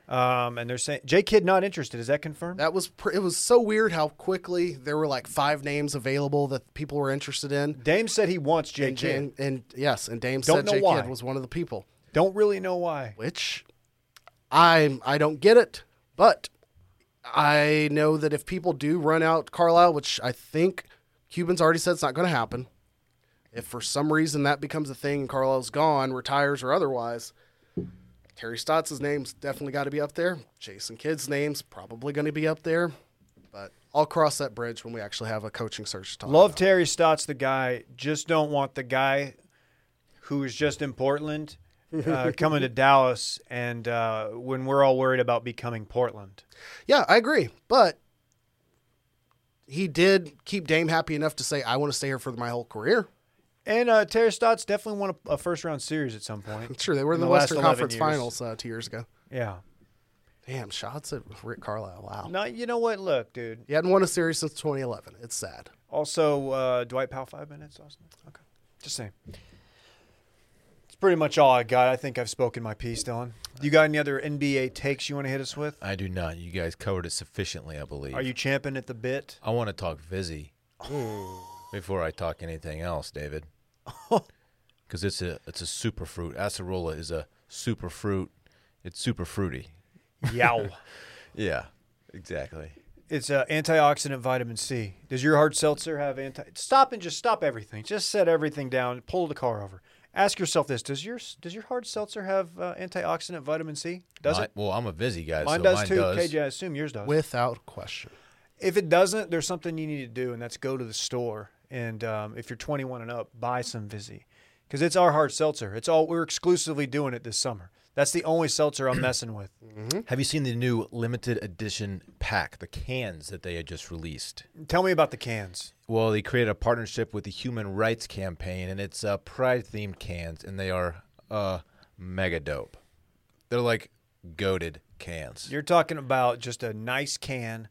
Speaker 2: Um, and they're saying J Kidd not interested. Is that confirmed?
Speaker 4: That was pr- it. Was so weird how quickly there were like five names available that people were interested in.
Speaker 2: Dame said he wants J
Speaker 4: And,
Speaker 2: Kidd.
Speaker 4: Jane, and yes, and Dame
Speaker 2: Don't
Speaker 4: said
Speaker 2: know
Speaker 4: J
Speaker 2: why.
Speaker 4: Kidd was one of the people,
Speaker 2: Don't really know why.
Speaker 4: which I I don't get it, but I know that if people do run out Carlisle, which I think Cuban's already said it's not going to happen. If for some reason that becomes a thing and Carlisle's gone, retires or otherwise, Terry Stotts' name's definitely got to be up there. Jason Kidd's name's probably going to be up there, but I'll cross that bridge when we actually have a coaching search to talk
Speaker 2: Love
Speaker 4: about.
Speaker 2: Terry Stotts, the guy. Just don't want the guy who is just in Portland uh, coming to Dallas, and uh, when we're all worried about becoming Portland.
Speaker 4: Yeah, I agree. But he did keep Dame happy enough to say, I want to stay here for my whole career.
Speaker 2: And uh, Terry Stotts definitely won a, a first round series at some
Speaker 4: (laughs)
Speaker 2: point.
Speaker 4: Sure, they were in,
Speaker 2: In
Speaker 4: the,
Speaker 2: the last
Speaker 4: Western
Speaker 2: 11
Speaker 4: Conference
Speaker 2: years.
Speaker 4: Finals uh, two years ago.
Speaker 2: Yeah.
Speaker 4: Damn, shots at Rick Carlisle. Wow.
Speaker 2: No, you know what? Look, dude.
Speaker 4: He hadn't won a series since 2011. It's sad.
Speaker 2: Also, uh, Dwight Powell, five minutes, Austin. Okay. Just saying. It's pretty much all I got. I think I've spoken my piece, Dylan. You got any other NBA takes you want to hit us with?
Speaker 3: I do not. You guys covered it sufficiently, I believe.
Speaker 2: Are you champing at the bit?
Speaker 3: I want to talk
Speaker 2: (laughs)
Speaker 3: Vizzy before I talk anything else, David. Because it's a it's a super fruit. Acerola is a super fruit. It's super fruity.
Speaker 2: Yow.
Speaker 3: Yeah, exactly.
Speaker 2: (laughs) it's uh, antioxidant vitamin C. Does your hard seltzer have anti? Stop and just stop everything. Just set everything down. Pull the car over. Ask yourself this: Does your does your hard seltzer have uh, antioxidant vitamin C? Does
Speaker 3: Mine-
Speaker 2: it?
Speaker 3: Well, I'm a Vizzy guy,
Speaker 2: Mine
Speaker 3: so
Speaker 2: does
Speaker 3: mine
Speaker 2: too.
Speaker 3: does.
Speaker 2: KJ, I assume yours does.
Speaker 4: Without question.
Speaker 2: If it doesn't, there's something you need to do, and that's go to the store. And um, if you're 21 and up, buy some Vizzy, because it's our hard seltzer. It's all we're exclusively doing it this summer. That's the only seltzer I'm messing with.
Speaker 3: Have you seen the new limited edition pack, the cans that they had just released?
Speaker 2: Tell me about the cans.
Speaker 3: Well, they created a partnership with the Human Rights Campaign, and it's uh, pride themed cans, and they are uh, mega dope. They're like goaded cans.
Speaker 2: You're talking about just a nice can,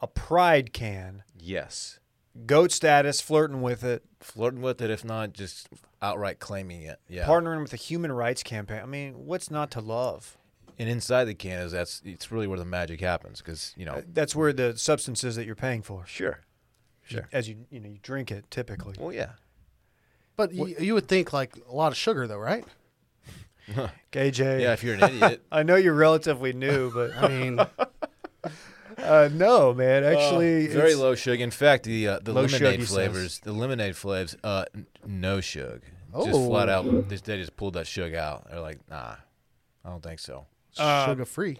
Speaker 2: a pride can,
Speaker 3: yes.
Speaker 2: goat status, flirting with it,
Speaker 3: Flirting with it, if not just outright claiming it. Yeah.
Speaker 2: partnering with the human rights campaign. I mean, what's not to love?
Speaker 3: and inside the can is that's it's really where the magic happens because you know.
Speaker 2: That's where the substances that you're paying for,
Speaker 3: Uh, Sure. Sure.
Speaker 2: as you you know you drink it typically.
Speaker 3: Well, yeah.
Speaker 4: But you, you would think like a lot of sugar, though, right?
Speaker 2: KJ,
Speaker 3: Yeah. If you're an idiot,
Speaker 2: I know you're relatively new, but
Speaker 3: (laughs)
Speaker 4: I mean,
Speaker 2: Uh, no, man. Actually,
Speaker 3: Oh, very
Speaker 2: it's-
Speaker 3: low sugar. In fact, the uh, the
Speaker 2: Low shug,
Speaker 3: lemonade
Speaker 2: he says.
Speaker 3: flavors, the lemonade flavors, uh, n- no sugar. Just
Speaker 4: Oh.
Speaker 3: flat out, they, they just pulled that sugar out. They're like, nah, I don't think so.
Speaker 4: sugar free.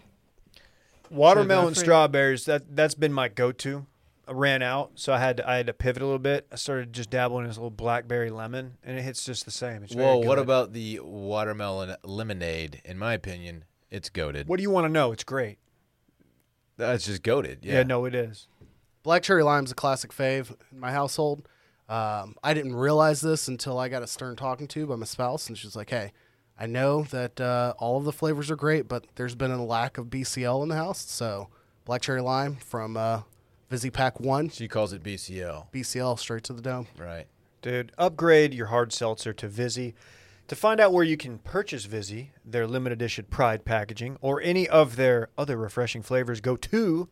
Speaker 2: Watermelon strawberries. That that's been my go-to. I ran out, so I had to, I had to pivot a little bit. I started just dabbling in this little blackberry lemon, and it hits just the same. It's very
Speaker 3: Well, what
Speaker 2: good.
Speaker 3: about the watermelon lemonade? In my opinion, it's goaded.
Speaker 2: What do you want to know? It's great.
Speaker 3: That's just goaded.
Speaker 2: Yeah,
Speaker 3: Yeah.
Speaker 2: no, it is.
Speaker 4: Black cherry lime's a classic fave in my household. Um, I didn't realize this until I got a stern talking to by my spouse, and she's like, "Hey, I know that uh, all of the flavors are great, but there's been a lack of BCL in the house, so black cherry lime from uh, Vizzy Pack One,
Speaker 3: She calls it BCL.
Speaker 4: BCL straight to the dome.
Speaker 3: Right.
Speaker 2: Dude, upgrade your hard seltzer to Vizzy. To find out where you can purchase Vizzy, their limited edition Pride packaging, or any of their other refreshing flavors, go to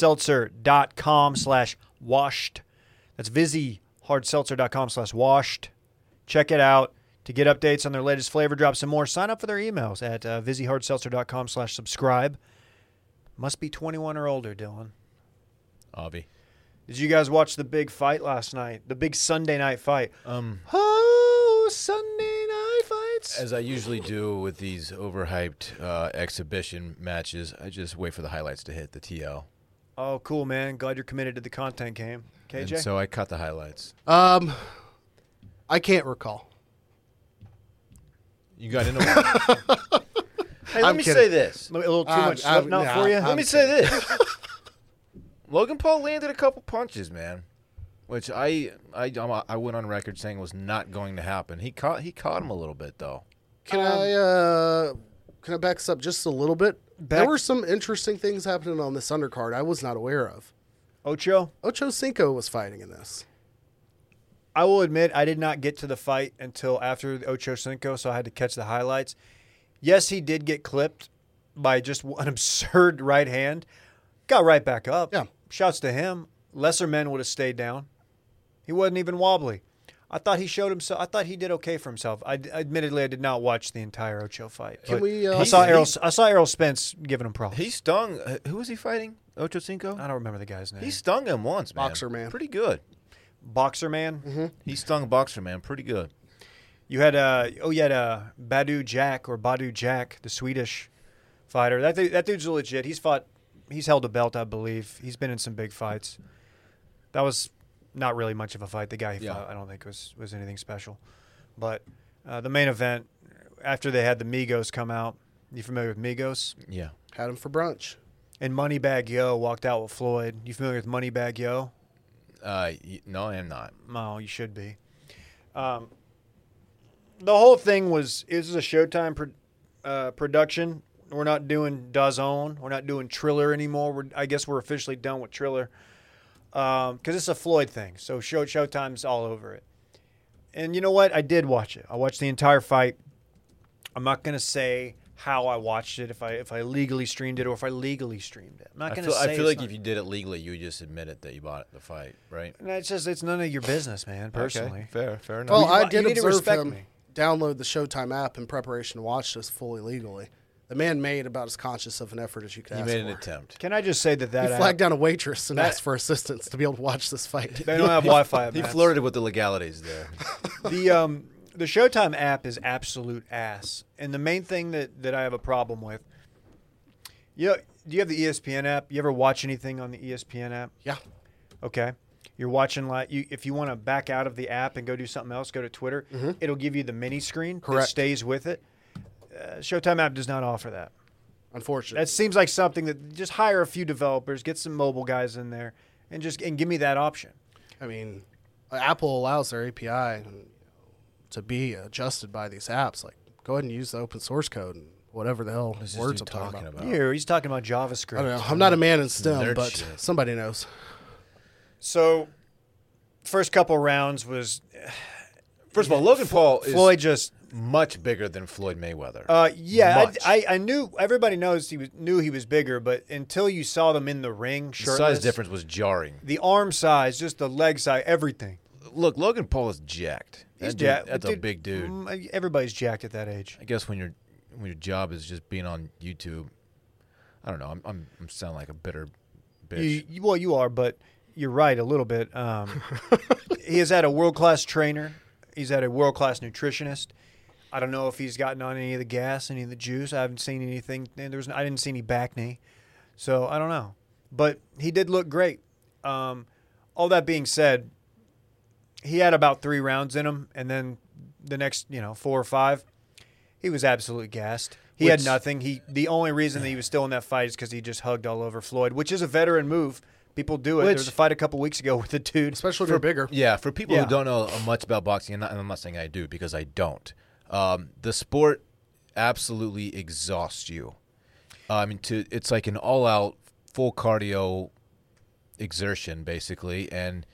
Speaker 2: VizzyHardSeltzer.com slash washed. That's VizzyHardSeltzer.com slash washed. Check it out. To get updates on their latest flavor drops and more, sign up for their emails at uh, VizzyHardSeltzer.com slash subscribe. Must be 21 or older, Dylan.
Speaker 3: Avi.
Speaker 2: Did you guys watch the big fight last night? The big Sunday night fight.
Speaker 3: Um,
Speaker 2: Oh, Sunday night fights.
Speaker 3: as I usually do with these overhyped uh, exhibition matches, I just wait for the highlights to hit the TL.
Speaker 2: Oh, cool, man. Glad you're committed to the content game. KJ?
Speaker 3: And so I cut the highlights.
Speaker 4: Um, I can't recall.
Speaker 3: You got into one. (laughs) hey, let
Speaker 4: I'm
Speaker 3: me
Speaker 4: kidding.
Speaker 3: say this.
Speaker 2: a little too
Speaker 4: I'm-
Speaker 2: much
Speaker 4: I'm-
Speaker 2: Slipknot
Speaker 4: nah,
Speaker 2: for you?
Speaker 4: I'm
Speaker 3: Let me say this. (laughs) Logan Paul landed a couple punches, man, which I I I'm a- I went on record
Speaker 4: Um,
Speaker 3: saying was not going to happen. He caught he caught him a little bit though.
Speaker 4: Can I uh, Can I back us up just a little bit?
Speaker 2: Back-
Speaker 4: There were some interesting things happening on this undercard I was not aware of.
Speaker 2: Ocho,
Speaker 4: Ocho Cinco was fighting in this.
Speaker 2: I will admit I did not get to the fight until after the Ocho Cinco, so I had to catch the highlights. Yes, he did get clipped by just (laughs) an absurd right hand. Got right back up.
Speaker 4: Yeah.
Speaker 2: Shouts to him. Lesser men would have stayed down. He wasn't even wobbly. I thought he showed himself. I thought he did okay for himself. I admittedly I did not watch the entire Ocho fight.
Speaker 4: Can
Speaker 2: but
Speaker 4: we, uh,
Speaker 2: I saw
Speaker 3: he-
Speaker 2: Errol. I saw Errol Spence giving him props.
Speaker 3: He stung. uh, Who was he fighting? Ocho Cinco.
Speaker 2: I don't remember the guy's name.
Speaker 3: He stung him once, man.
Speaker 4: Uh, Boxer man.
Speaker 3: Pretty good.
Speaker 2: Boxer man.
Speaker 3: He stung Boxer man pretty good.
Speaker 2: You had uh oh you had uh Badu Jack or Badu Jack, the Swedish fighter. That dude, that dude's legit. He's fought he's held a belt, I believe. He's been in some big fights. That was not really much of a fight. The guy he
Speaker 3: Yeah.
Speaker 2: fought, I don't think was was anything special. But uh, the main event after they had the Migos come out, you familiar with Migos?
Speaker 3: Yeah.
Speaker 4: Had him for brunch.
Speaker 2: And Moneybag Yo walked out with Floyd. You familiar with Moneybag Yo?
Speaker 3: Uh, y- no, I am not.
Speaker 2: No, you should be. Um, the whole thing was this is a Showtime pro, uh, production. We're not doing Dazone. We're not doing Triller anymore. We're, I guess we're officially done with Triller because it's a Floyd thing. So show, Showtime's all over it. And you know what? I did watch it. I watched the entire fight. I'm not gonna say how I watched it if I if I legally streamed it or if I legally streamed it. I'm not
Speaker 3: I
Speaker 2: gonna
Speaker 3: feel,
Speaker 2: say.
Speaker 3: I feel
Speaker 2: it's
Speaker 3: like
Speaker 2: not-
Speaker 3: if you did it legally, you would just admit it that you bought the fight, right?
Speaker 2: And it's just it's none of your business, man. Personally,
Speaker 3: fair, fair enough.
Speaker 4: Well,
Speaker 2: you-
Speaker 4: I
Speaker 2: you
Speaker 4: did
Speaker 2: need to
Speaker 4: observe
Speaker 2: respect
Speaker 4: him
Speaker 2: me.
Speaker 4: download the Showtime app in preparation to watch this fully legally. The man made about as conscious of an effort as you could
Speaker 3: he
Speaker 4: ask
Speaker 3: made an
Speaker 4: for.
Speaker 3: attempt.
Speaker 2: Can I just say that
Speaker 4: He
Speaker 2: that app-
Speaker 4: flagged down a waitress and asked for assistance to be able to watch this fight.
Speaker 2: They don't have Wi-Fi. at
Speaker 3: He
Speaker 2: Matt's.
Speaker 3: flirted with the legalities
Speaker 2: (laughs)
Speaker 3: there.
Speaker 2: The um, the Showtime app is absolute ass, and the main thing that that I have a problem with. You know, do you have the E ESPN app? You ever watch anything on the E ESPN app?
Speaker 4: (laughs) yeah.
Speaker 2: Okay. You're watching like you if you want to back out of the app and go do something else, go to Twitter. It'll give you the mini screen that
Speaker 4: Correct.
Speaker 2: stays with it. Uh, Showtime app does not offer that.
Speaker 4: Unfortunately.
Speaker 2: That seems like something that just hire a few developers, get some mobile guys in there, and just and give me that option.
Speaker 4: I mean, Apple allows their API and, to be adjusted by these apps. Like, go ahead and use the open source code and whatever the hell
Speaker 3: What's this
Speaker 4: words I'm
Speaker 3: dude
Speaker 4: talking, about.
Speaker 2: Here, he's talking about JavaScript.
Speaker 4: I don't know. I'm not a man in STEM,
Speaker 3: Nerd
Speaker 4: but
Speaker 3: shit.
Speaker 4: somebody knows.
Speaker 2: So, first couple rounds was (sighs)
Speaker 3: First of all, Logan Paul is
Speaker 2: Floyd just.
Speaker 3: much bigger than Floyd Mayweather.
Speaker 2: Uh, yeah,
Speaker 3: Much.
Speaker 2: I, I, I knew everybody knows he was knew he was bigger, but until you saw them in the ring,
Speaker 3: the
Speaker 2: shirtless,
Speaker 3: size difference was jarring.
Speaker 2: the arm size, just the leg size, everything.
Speaker 3: Look, Logan Paul is jacked.
Speaker 2: He's
Speaker 3: That dude-
Speaker 2: jacked.
Speaker 3: That's a big dude.
Speaker 2: mm, Everybody's jacked at that age.
Speaker 3: I guess when your when your job is just being on YouTube, I don't know. I'm I'm, I'm sounding like a bitter bitch.
Speaker 2: You, you- well, you are, but you're right a little bit. Um, he has had a world class trainer. He's had a world class nutritionist. I don't know if he's gotten on any of the gas, any of the juice. I haven't seen anything. And there was, I didn't see any back knee, so I don't know. But he did look great. Um, all that being said, he had about three rounds in him, and then the next, you know, four or five, he was absolutely gassed. He had
Speaker 3: Which-
Speaker 2: nothing. He the only reason that he was still in that fight is because he just hugged all over Floyd, which is a veteran move. People do it. there
Speaker 3: Which-
Speaker 2: was a fight a couple weeks ago with a dude.
Speaker 4: Especially if you're bigger.
Speaker 3: Yeah, for people
Speaker 2: Yeah.
Speaker 3: who don't know much about boxing, and, not, and I'm not saying I do because I don't. Um, the sport absolutely exhausts you. Uh, I mean, to it's like an all-out, full cardio exertion, basically, and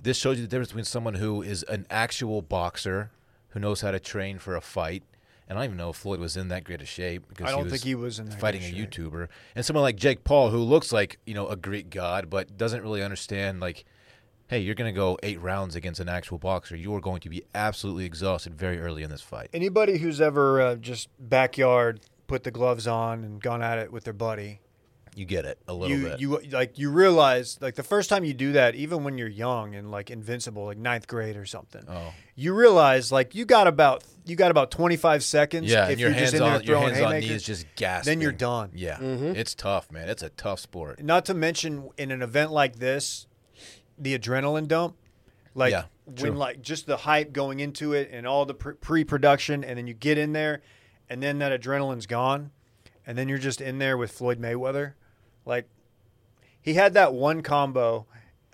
Speaker 3: this shows you the difference between someone who is an actual boxer who knows how to train for a fight. And I don't even know if Floyd was in that great of shape because
Speaker 2: I don't
Speaker 3: was
Speaker 2: think he was in that
Speaker 3: fighting
Speaker 2: great
Speaker 3: a
Speaker 2: shape.
Speaker 3: YouTuber and someone like Jake Paul who looks like you know a Greek god but doesn't really understand like hey, you're going to go eight rounds against an actual boxer. You are going to be absolutely exhausted very early in this fight.
Speaker 2: Anybody who's ever uh, just backyard put the gloves on and gone at it with their buddy,
Speaker 3: You get it a little
Speaker 2: you
Speaker 3: bit.
Speaker 2: you like you realize like the first time you do that, even when you're young and like invincible, like ninth grade or something,
Speaker 3: Oh.
Speaker 2: you realize like you got about you got about 25 seconds.
Speaker 3: yeah,
Speaker 2: if
Speaker 3: and your
Speaker 2: you're
Speaker 3: hands
Speaker 2: just in there
Speaker 3: on your
Speaker 2: throwing
Speaker 3: hands on
Speaker 2: haymakers.
Speaker 3: knees just gasping.
Speaker 2: then you're done.
Speaker 3: Yeah, it's tough, man. It's a tough sport.
Speaker 2: Not to mention in an event like this, the adrenaline dump, like
Speaker 3: Yeah,
Speaker 2: when like just the hype going into it and all the pr- pre-production, and then you get in there, and then that adrenaline's gone, and then you're just in there with Floyd Mayweather, like he had that one combo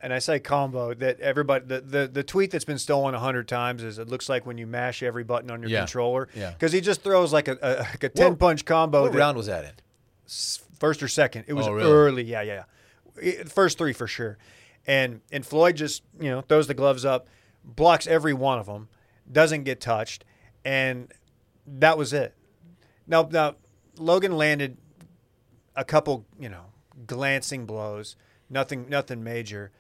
Speaker 2: and I say combo that everybody the, the, the tweet that's been stolen a hundred times is it looks like when you mash every button on your
Speaker 3: Yeah.
Speaker 2: controller
Speaker 3: Yeah.
Speaker 2: because he just throws like a, a, like a ten punch combo
Speaker 3: What
Speaker 2: that-
Speaker 3: round was that in?
Speaker 2: s- first or second it was
Speaker 3: Oh, really?
Speaker 2: early yeah yeah yeah It- first three for sure and and Floyd just you know throws the gloves up blocks every one of them doesn't get touched and that was it now now Logan landed a couple, you know, glancing blows. Nothing, nothing major.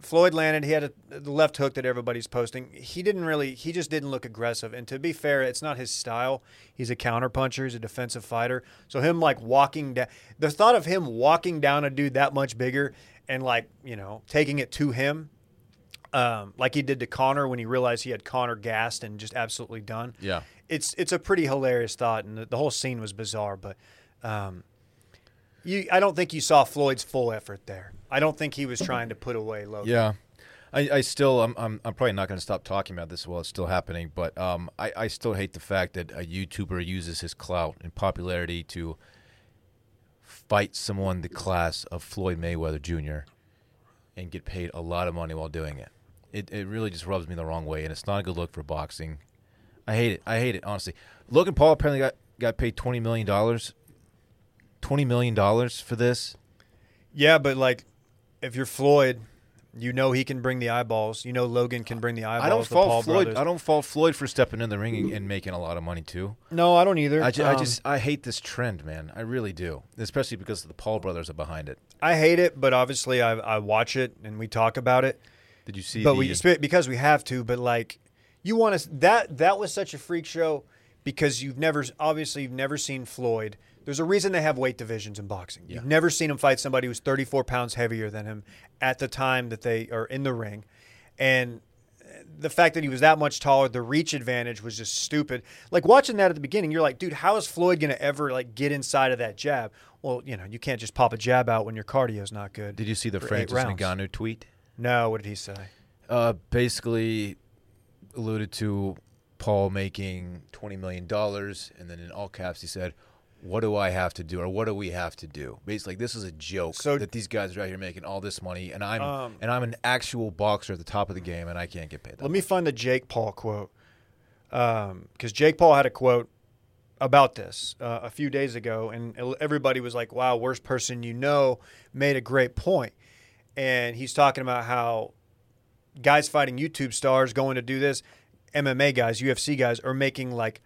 Speaker 2: Floyd landed. He had a, the left hook that everybody's posting. He didn't really. He just didn't look aggressive. And to be fair, it's not his style. He's a counter puncher. He's a defensive fighter. So him like walking down. The thought of him walking down a dude that much bigger and like you know taking it to him, um, like he did to Connor when he realized he had Connor gassed and just absolutely done.
Speaker 3: Yeah.
Speaker 2: It's it's a pretty hilarious thought, and the, the whole scene was bizarre. But um, you, I don't think you saw Floyd's full effort there. I don't think he was trying to put away
Speaker 3: Mm-hmm.
Speaker 2: Logan.
Speaker 3: Yeah. I, I still I'm, I'm I'm probably not going to stop talking about this while it's still happening, but um I, I still hate the fact that a YouTuber uses his clout and popularity to fight someone the class of Floyd Mayweather Jr. and get paid a lot of money while doing it. It it really just rubs me the wrong way, and it's not a good look for boxing. I hate it. I hate it honestly. Logan Paul apparently got got paid twenty million dollars. Twenty million dollars for this.
Speaker 2: Yeah, but like, if you're Floyd, you know he can bring the eyeballs. You know Logan can bring the eyeballs.
Speaker 3: I don't
Speaker 2: the
Speaker 3: fault
Speaker 2: Paul
Speaker 3: Floyd.
Speaker 2: brothers.
Speaker 3: I don't fault Floyd for stepping in the ring and, and making a lot of money too.
Speaker 2: No, I don't either.
Speaker 3: I, ju- I
Speaker 2: Um,
Speaker 3: just I hate this trend, man. I really do, especially because the Paul brothers are behind it.
Speaker 2: I hate it, but obviously I, I watch it and we talk about it.
Speaker 3: Did you see?
Speaker 2: but
Speaker 3: the,
Speaker 2: we sp- because we have to but like you want to that that was such a freak show because you've never obviously you've never seen floyd there's a reason they have weight divisions in boxing you've never seen him fight somebody who's 34 pounds heavier than him at the time that they are in the ring and uh, the fact that he was that much taller, the reach advantage was just stupid. Like watching that at the beginning, you're like, dude, how is Floyd gonna ever like get inside of that jab? Well, you know, you can't just pop a jab out when your cardio's not good.
Speaker 3: did you see the
Speaker 2: for eight
Speaker 3: Francis
Speaker 2: rounds.
Speaker 3: Ngannou tweet?
Speaker 2: No, what did he say?
Speaker 3: Uh, basically, alluded to Paul making twenty million dollars, and then in all caps he said, "What do I have to do, or what do we have to do?" Basically, this is a joke
Speaker 2: So- Um,
Speaker 3: that these guys are out here making all this money, and I'm and I'm an actual boxer at the top of the game, and I can't get paid that.
Speaker 2: Let me find the Jake Paul quote because Jake Paul had a quote about this uh, a few days ago, and el- everybody was like, "Wow, worst person you know made a great point," and he's talking about how guys fighting YouTube stars going to do this, MMA guys, UFC guys are making like,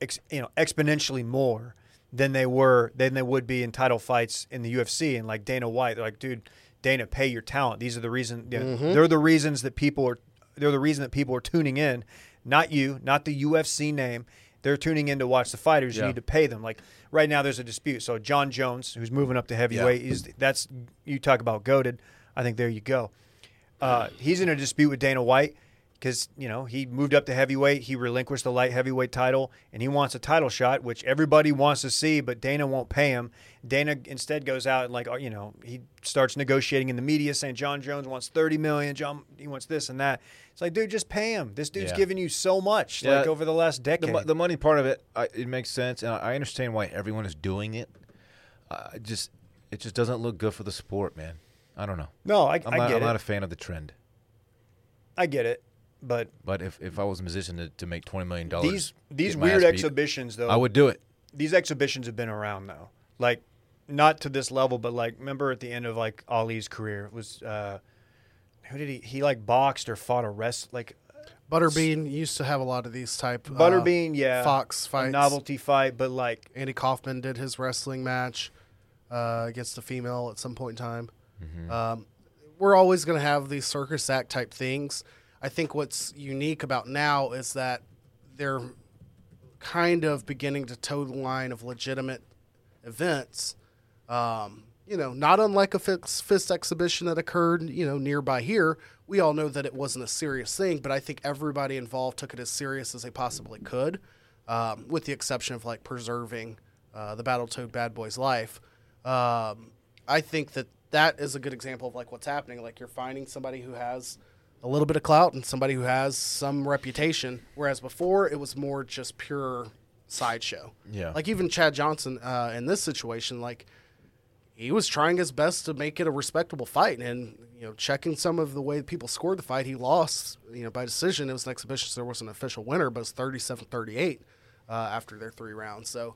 Speaker 2: ex, you know, exponentially more than they were than they would be in title fights in the UFC. And like Dana White, they're like, dude, Dana, pay your talent. These are the reason. You know, They're the reasons that people are. They're the reason that people are tuning in, not you, not the UFC name. They're tuning in to watch the fighters. You
Speaker 3: Yeah.
Speaker 2: need to pay them. Like right now, there's a dispute. So John Jones, who's moving up to heavyweight, is that's you talk about goaded. I think there you go uh, he's in a dispute with Dana White because you know he moved up to heavyweight, he relinquished the light heavyweight title, and he wants a title shot, which everybody wants to see, but Dana won't pay him. Dana instead goes out and like uh, you know he starts negotiating in the media, saying John Jones wants thirty million, John he wants this and that. It's like, dude, just pay him. This dude's
Speaker 3: Yeah.
Speaker 2: given you so much
Speaker 3: Yeah.
Speaker 2: like over the last
Speaker 3: the,
Speaker 2: decade.
Speaker 3: mo- the money part of it, I, it makes sense, and I, I understand why everyone is doing it. Uh, I just it just doesn't look good for the sport, man. I don't know.
Speaker 2: no, I,
Speaker 3: I'm,
Speaker 2: I
Speaker 3: not,
Speaker 2: get
Speaker 3: I'm
Speaker 2: it.
Speaker 3: not a fan of the trend.
Speaker 2: I get it, but
Speaker 3: But if, if I was a musician to, to make twenty million dollars,
Speaker 2: these these weird exhibitions though.
Speaker 3: I would do it.
Speaker 2: these exhibitions have been around though, like not to this level, but like remember at the end of like Ali's career it was uh, who did he he like boxed or fought a wrest like
Speaker 4: Butterbean used to have a lot of these type. uh,
Speaker 2: Butterbean, yeah,
Speaker 4: Fox
Speaker 2: a
Speaker 4: fights.
Speaker 2: novelty fight, but like
Speaker 4: Andy Kaufman did his wrestling match uh, against a female at some point in time. Um, we're always going to have these circus act type things. I think what's unique about now is that they're kind of beginning to toe the line of legitimate events. Um, you know, not unlike a fist, fist exhibition that occurred, you know, nearby here. We all know that it wasn't a serious thing, but I think everybody involved took it as serious as they possibly could, um, with the exception of like preserving uh, the Battletoad Bad Boy's life. Um, I think that that is a good example of like what's happening. Like you're finding somebody who has a little bit of clout and somebody who has some reputation, whereas before it was more just pure sideshow.
Speaker 3: Yeah.
Speaker 4: Like even Chad Johnson uh, in this situation, like he was trying his best to make it a respectable fight, and you know, checking some of the way people scored the fight, he lost. You know, by decision. It was an exhibition, so there was an official winner, but it's 37-38 uh, after their three rounds. So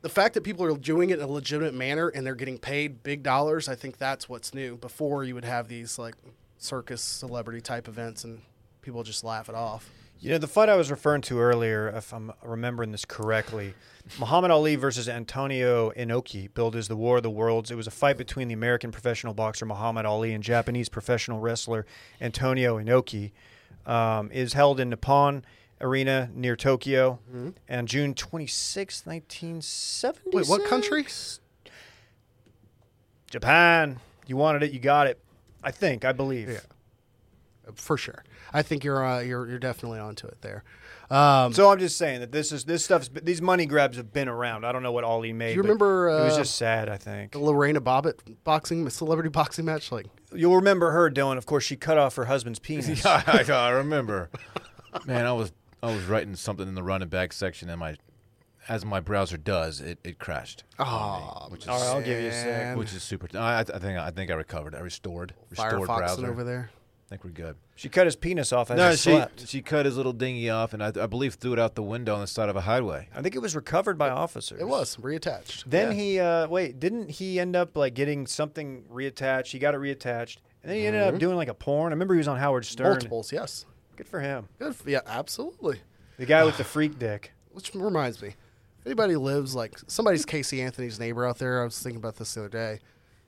Speaker 4: the fact that people are doing it in a legitimate manner and they're getting paid big dollars, I think that's what's new. Before you would have these like circus celebrity type events and people just laugh it off.
Speaker 2: You know, the fight I was referring to earlier, if I'm remembering this correctly, Muhammad Ali versus Antonio Inoki, billed as the War of the Worlds. It was a fight between the American professional boxer Muhammad Ali and Japanese professional wrestler Antonio Inoki. Um, it is held in Nippon Arena near Tokyo on June 26, 1970.
Speaker 4: Mm-hmm. Wait, what country?
Speaker 2: Japan. You wanted it, you got it. I think, I believe.
Speaker 4: For sure. I think you're uh, you're you're definitely onto it there. Um,
Speaker 2: So I'm just saying that this is this stuff's these money grabs have been around. I don't know what Ali made. but
Speaker 4: you remember,
Speaker 2: it was
Speaker 4: uh,
Speaker 2: just sad. I think
Speaker 4: the Lorena Bobbitt boxing celebrity boxing match, like
Speaker 2: you'll remember her, Dylan. Of course, she cut off her husband's
Speaker 4: (laughs)
Speaker 2: penis.
Speaker 3: Yeah, I, I remember. (laughs) Man, I was I was writing something in the running back section, and my as my browser does, it, it crashed.
Speaker 4: oh,
Speaker 3: Which is
Speaker 2: All right, I'll give you a sec.
Speaker 3: which is super. I, I think I think I recovered. I restored. Restored
Speaker 4: Firefoxing
Speaker 3: browser.
Speaker 4: over there.
Speaker 3: I think we're good.
Speaker 2: She cut his penis off as
Speaker 3: No,
Speaker 2: he
Speaker 3: she
Speaker 2: slept.
Speaker 3: she cut his little dinghy off, and I, I believe threw it out the window on the side of a highway.
Speaker 2: I think it was recovered by officers.
Speaker 4: It was reattached.
Speaker 2: Then he uh, wait, didn't he end up like getting something reattached? He got it reattached, and then he ended
Speaker 4: Mm-hmm.
Speaker 2: up doing like a porn. I remember he was on Howard Stern.
Speaker 4: Multiples, yes.
Speaker 2: Good for him.
Speaker 4: Good. f- Yeah, absolutely.
Speaker 2: The guy with the freak
Speaker 4: (laughs)
Speaker 2: dick.
Speaker 4: Which reminds me, if anybody lives like somebody's Casey Anthony's neighbor out there. I was thinking about this the other day.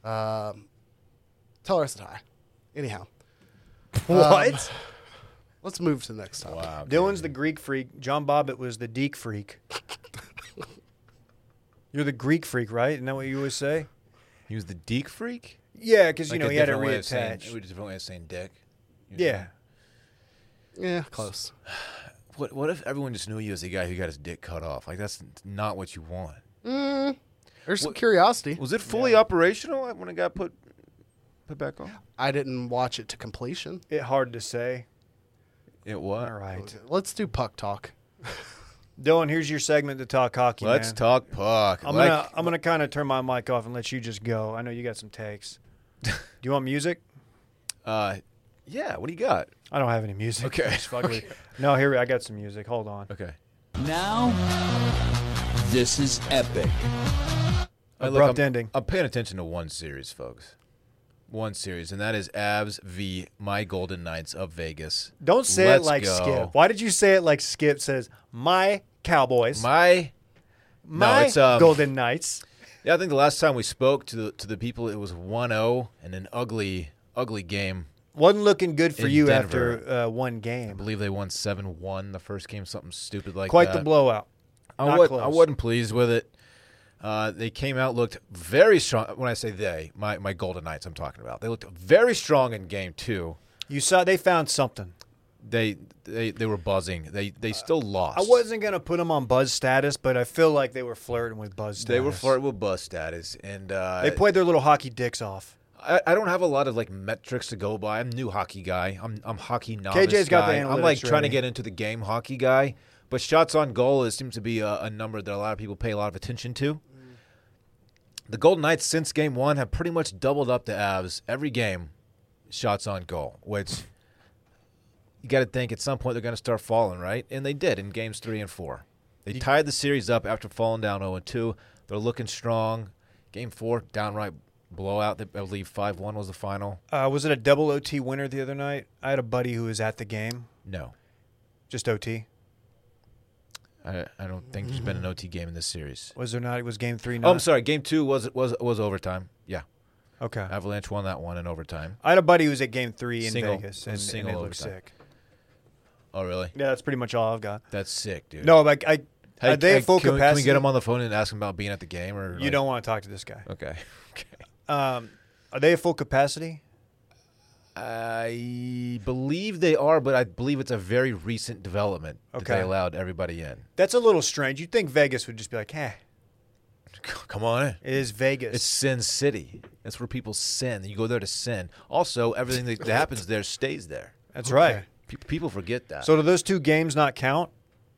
Speaker 4: Um, tell her I said hi. Anyhow, Um,
Speaker 2: What?
Speaker 4: (sighs) let's move to the next topic.
Speaker 3: Wow.
Speaker 2: Dylan's the Greek freak. John Bobbitt was the Deke (laughs) freak. You're the Greek freak, right? Isn't that what you always say?
Speaker 3: He was the deek freak.
Speaker 2: Yeah, because you
Speaker 3: Like
Speaker 2: know
Speaker 3: a
Speaker 2: he had it
Speaker 3: different way of saying- it
Speaker 2: reattached.
Speaker 3: was a different way of saying dick. You know?
Speaker 2: Yeah,
Speaker 4: Yeah, close.
Speaker 3: What What if everyone just knew you as the guy who got his dick cut off? Like that's not what you want.
Speaker 4: There's some curiosity.
Speaker 3: Was it fully operational when it got put put back on?
Speaker 4: I didn't watch it to completion.
Speaker 2: it hard to say.
Speaker 3: It was.
Speaker 2: All right,
Speaker 4: Let's do puck talk.
Speaker 2: Dylan. Here's your segment to talk hockey.
Speaker 3: Let's
Speaker 2: man.
Speaker 3: talk puck.
Speaker 2: I'm
Speaker 3: Like-
Speaker 2: gonna I'm gonna kind of turn my mic off and let you just go. I know you got some (laughs) takes. Do you want music?
Speaker 3: Uh, yeah. What do you got?
Speaker 2: I don't have any music.
Speaker 3: Okay.
Speaker 2: (laughs) It's ugly. No, here we- I got some music. Hold on.
Speaker 3: Okay.
Speaker 7: Now, this is epic.
Speaker 3: Uh, look,
Speaker 2: Abrupt
Speaker 3: I'm-
Speaker 2: ending.
Speaker 3: I'm paying attention to one series, folks. One series, and that is Avs v My Golden Knights of Vegas.
Speaker 2: Don't say
Speaker 3: Let's
Speaker 2: it like
Speaker 3: go.
Speaker 2: Skip. Why did you say it like Skip says my Cowboys, my,
Speaker 3: My it's, um,
Speaker 2: Golden Knights?
Speaker 3: yeah, I think the last time we spoke to the, to the people, it was 1-0 and an ugly, ugly game.
Speaker 2: Wasn't looking good for
Speaker 3: in
Speaker 2: you
Speaker 3: Denver.
Speaker 2: after uh, one
Speaker 3: I
Speaker 2: game.
Speaker 3: believe they won seven one the first game, something stupid like
Speaker 2: Quite
Speaker 3: that.
Speaker 2: the blowout.
Speaker 3: I,
Speaker 2: Not
Speaker 3: wa- I
Speaker 2: close.
Speaker 3: wasn't pleased with it. Uh, they came out looked very strong. When I say they, my my Golden Knights, I'm talking about. They looked very strong in game two.
Speaker 2: You saw they found something.
Speaker 3: They they, they were buzzing. They they still lost.
Speaker 2: I wasn't gonna put them on buzz status, but I feel like they were flirting with buzz status.
Speaker 3: They were flirting with buzz status, and uh,
Speaker 2: They played their little hockey dicks off.
Speaker 3: I, I don't have a lot of like metrics to go by. I'm new hockey guy. I'm I'm hockey novice.
Speaker 2: KJ's got the
Speaker 3: guy. I'm like
Speaker 2: analytics
Speaker 3: trying to
Speaker 2: ready.
Speaker 3: get into the game hockey guy, but shots on goal is, seems to be a, a number that a lot of people pay a lot of attention
Speaker 2: Mm.
Speaker 3: to. The Golden Knights since game one have pretty much doubled up the Avs every game, shots on goal, which you got to think at some point they're going to start falling, right? And they did in games three and four. They tied the series up after falling down 0 2. They're looking strong. Game four, downright blowout. I believe 5 1 was the final.
Speaker 2: Uh, was it a double OT winner the other night? I had a buddy who was at the game,
Speaker 3: No.
Speaker 2: just OT.
Speaker 3: I, I don't think there's been an OT game in this series.
Speaker 2: Was there not? It was game three.
Speaker 3: Oh, I'm
Speaker 2: not?
Speaker 3: sorry. Game two was was was overtime. Yeah,
Speaker 2: Okay.
Speaker 3: Avalanche won that one in overtime.
Speaker 2: I had a buddy who was at game three in
Speaker 3: Uh, Single-
Speaker 2: Vegas, and, and
Speaker 3: single
Speaker 2: they looked
Speaker 3: overtime.
Speaker 2: sick.
Speaker 3: Oh, really?
Speaker 2: Yeah, that's pretty much all I've got.
Speaker 3: That's sick, dude.
Speaker 2: No, like I,
Speaker 3: Hey,
Speaker 2: are they
Speaker 3: hey,
Speaker 2: at full
Speaker 3: can, we-
Speaker 2: capacity?
Speaker 3: Can we get them on the phone and ask them about being at the game? Or
Speaker 2: You
Speaker 3: like-
Speaker 2: don't want to talk to this guy.
Speaker 3: Okay. (laughs) okay.
Speaker 2: Um, are they at full capacity?
Speaker 3: I believe they are, but I believe it's a very recent development that
Speaker 2: Okay.
Speaker 3: they allowed everybody in.
Speaker 2: That's a little strange. You'd think Vegas would just be like, "Hey,
Speaker 3: Come on in.
Speaker 2: it is Vegas."
Speaker 3: It's Sin City. That's where people sin. You go there to sin. Also, everything that
Speaker 2: (laughs)
Speaker 3: that happens there stays there.
Speaker 2: that's right.
Speaker 3: Pe- People forget that.
Speaker 2: So do those two games not count?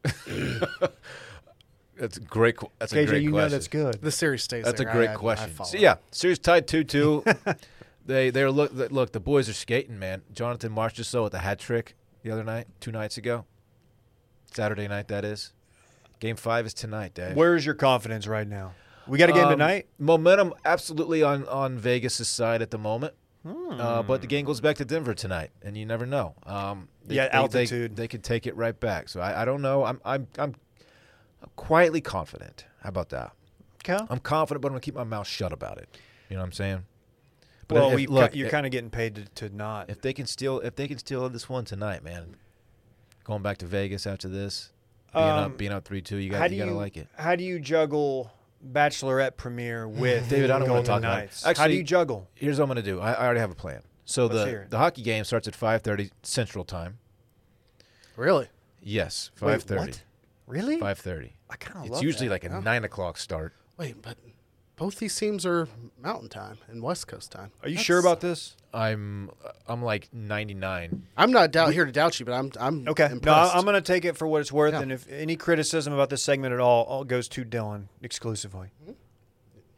Speaker 3: That's a great. qu- That's a
Speaker 2: KJ,
Speaker 3: great
Speaker 2: you know
Speaker 3: question.
Speaker 2: that's good.
Speaker 4: The series stays.
Speaker 3: That's
Speaker 4: there.
Speaker 3: a great
Speaker 4: I- I- I
Speaker 3: question.
Speaker 4: follow.
Speaker 3: So, yeah, series tied two
Speaker 2: (laughs)
Speaker 3: two. they they're look th- look the boys are skating, man. Jonathan Marsh just so with the hat trick the other night, two nights ago, Saturday night that is. Game five is tonight, Dave.
Speaker 2: Where's your confidence right now? We got a game
Speaker 3: Um,
Speaker 2: tonight.
Speaker 3: Momentum absolutely on on Vegas' side at the moment. Uh, but the game goes back to Denver tonight, and you never know. Um,
Speaker 2: Hmm. Yeah,
Speaker 3: they,
Speaker 2: altitude.
Speaker 3: They, they could take it right back. So I, I don't know. I'm I'm I'm quietly confident. How about that?
Speaker 2: Okay.
Speaker 3: I'm confident, but I'm gonna keep my mouth shut about it. You know what I'm saying? But
Speaker 2: Well,
Speaker 3: if-
Speaker 2: we,
Speaker 3: look,
Speaker 2: you're
Speaker 3: if-
Speaker 2: kind of getting paid to, to not.
Speaker 3: if they can steal if they can steal this one tonight, man. Going back to Vegas after this, being
Speaker 2: Um,
Speaker 3: up being up three two, you got you gotta like it.
Speaker 2: How do you juggle
Speaker 3: (sighs)
Speaker 2: Bachelorette premiere with
Speaker 3: David, I don't wanna
Speaker 2: Golden
Speaker 3: talk about it.
Speaker 2: Knights? how do
Speaker 3: Actually-
Speaker 2: you juggle?
Speaker 3: Here's what I'm gonna do. I, I already have a plan. So
Speaker 2: Let's hear
Speaker 3: the
Speaker 2: it.
Speaker 3: the hockey game starts at five thirty Central Time.
Speaker 4: Really?
Speaker 3: Yes,
Speaker 2: Wait,
Speaker 3: five thirty.
Speaker 2: what? Really?
Speaker 3: Five thirty.
Speaker 2: I kind of
Speaker 3: It's
Speaker 2: love
Speaker 3: usually
Speaker 2: that. Oh.
Speaker 3: like a nine o'clock start.
Speaker 4: Wait, but both these teams are Mountain Time and West Coast Time.
Speaker 2: Are you sure about this?
Speaker 3: I'm I'm like ninety nine.
Speaker 4: I'm not doubt here to doubt you, but I'm I'm
Speaker 2: Okay. No, I-
Speaker 4: Impressed.
Speaker 2: I'm going to take it for what it's worth.
Speaker 4: Yeah.
Speaker 2: And if any criticism about this segment at all, all goes to Dylan exclusively.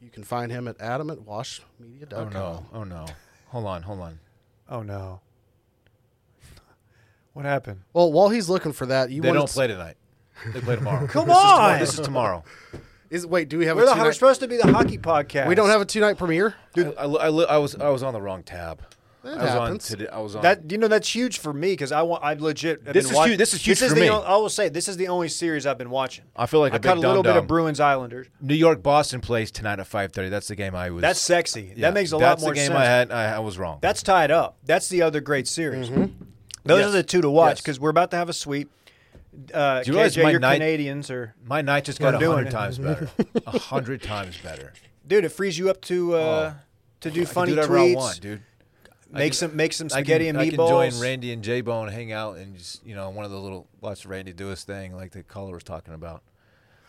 Speaker 4: you can find him at Adam at washmedia.com.
Speaker 3: Oh no. Oh no. Hold on, hold on.
Speaker 2: Oh, no. (laughs) What happened?
Speaker 4: Well, while he's looking for that, you
Speaker 3: They
Speaker 4: wanted
Speaker 3: don't
Speaker 4: to-
Speaker 3: play tonight. They play tomorrow.
Speaker 2: (laughs) Come
Speaker 3: This is tomorrow.
Speaker 2: on!
Speaker 3: This is
Speaker 2: (laughs)
Speaker 3: tomorrow.
Speaker 4: Is wait, do we have
Speaker 2: We're,
Speaker 4: a
Speaker 2: the,
Speaker 4: two
Speaker 2: we're supposed to be the hockey podcast.
Speaker 4: We don't have a two night premiere.
Speaker 3: Dude, I, I, I li- I was I was on the wrong tab. I was
Speaker 4: happens.
Speaker 3: on today. I was on
Speaker 2: That you know that's huge for me because I want I legit. have
Speaker 3: This
Speaker 2: been
Speaker 3: is
Speaker 2: watch-
Speaker 3: huge- this is huge for
Speaker 2: the
Speaker 3: me.
Speaker 2: o- I will say this is the only series I've been watching.
Speaker 3: I feel like
Speaker 2: I
Speaker 3: a big
Speaker 2: caught a little bit of
Speaker 3: dum-dum.
Speaker 2: Bruins Islanders.
Speaker 3: New York Boston plays tonight at five thirty. That's the game I was.
Speaker 2: That's sexy.
Speaker 3: yeah,
Speaker 2: that makes a lot
Speaker 3: that's
Speaker 2: more
Speaker 3: the game
Speaker 2: sense.
Speaker 3: I had. I, I was wrong.
Speaker 2: That's tied up. That's the other great series. Those are
Speaker 3: Mm-hmm. Yes.
Speaker 2: the two to watch
Speaker 3: Yes.
Speaker 2: because we're about to have a sweep. Uh,
Speaker 3: you realize
Speaker 2: KJ,
Speaker 3: my
Speaker 2: your
Speaker 3: night-
Speaker 2: Canadians are
Speaker 3: my night just got
Speaker 2: We're
Speaker 3: a
Speaker 2: doing
Speaker 3: hundred
Speaker 2: it.
Speaker 3: times better. A hundred times better.
Speaker 2: dude. It frees you up to uh, to do
Speaker 3: Oh. I
Speaker 2: funny
Speaker 3: can do whatever
Speaker 2: tweets.
Speaker 3: I want, dude.
Speaker 2: Make
Speaker 3: can-
Speaker 2: some make some
Speaker 3: I
Speaker 2: spaghetti
Speaker 3: can,
Speaker 2: and
Speaker 3: I
Speaker 2: meatballs.
Speaker 3: can join Randy and J Bone, hang out, and just you know, one of the little watch Randy do his thing, like the caller was talking about.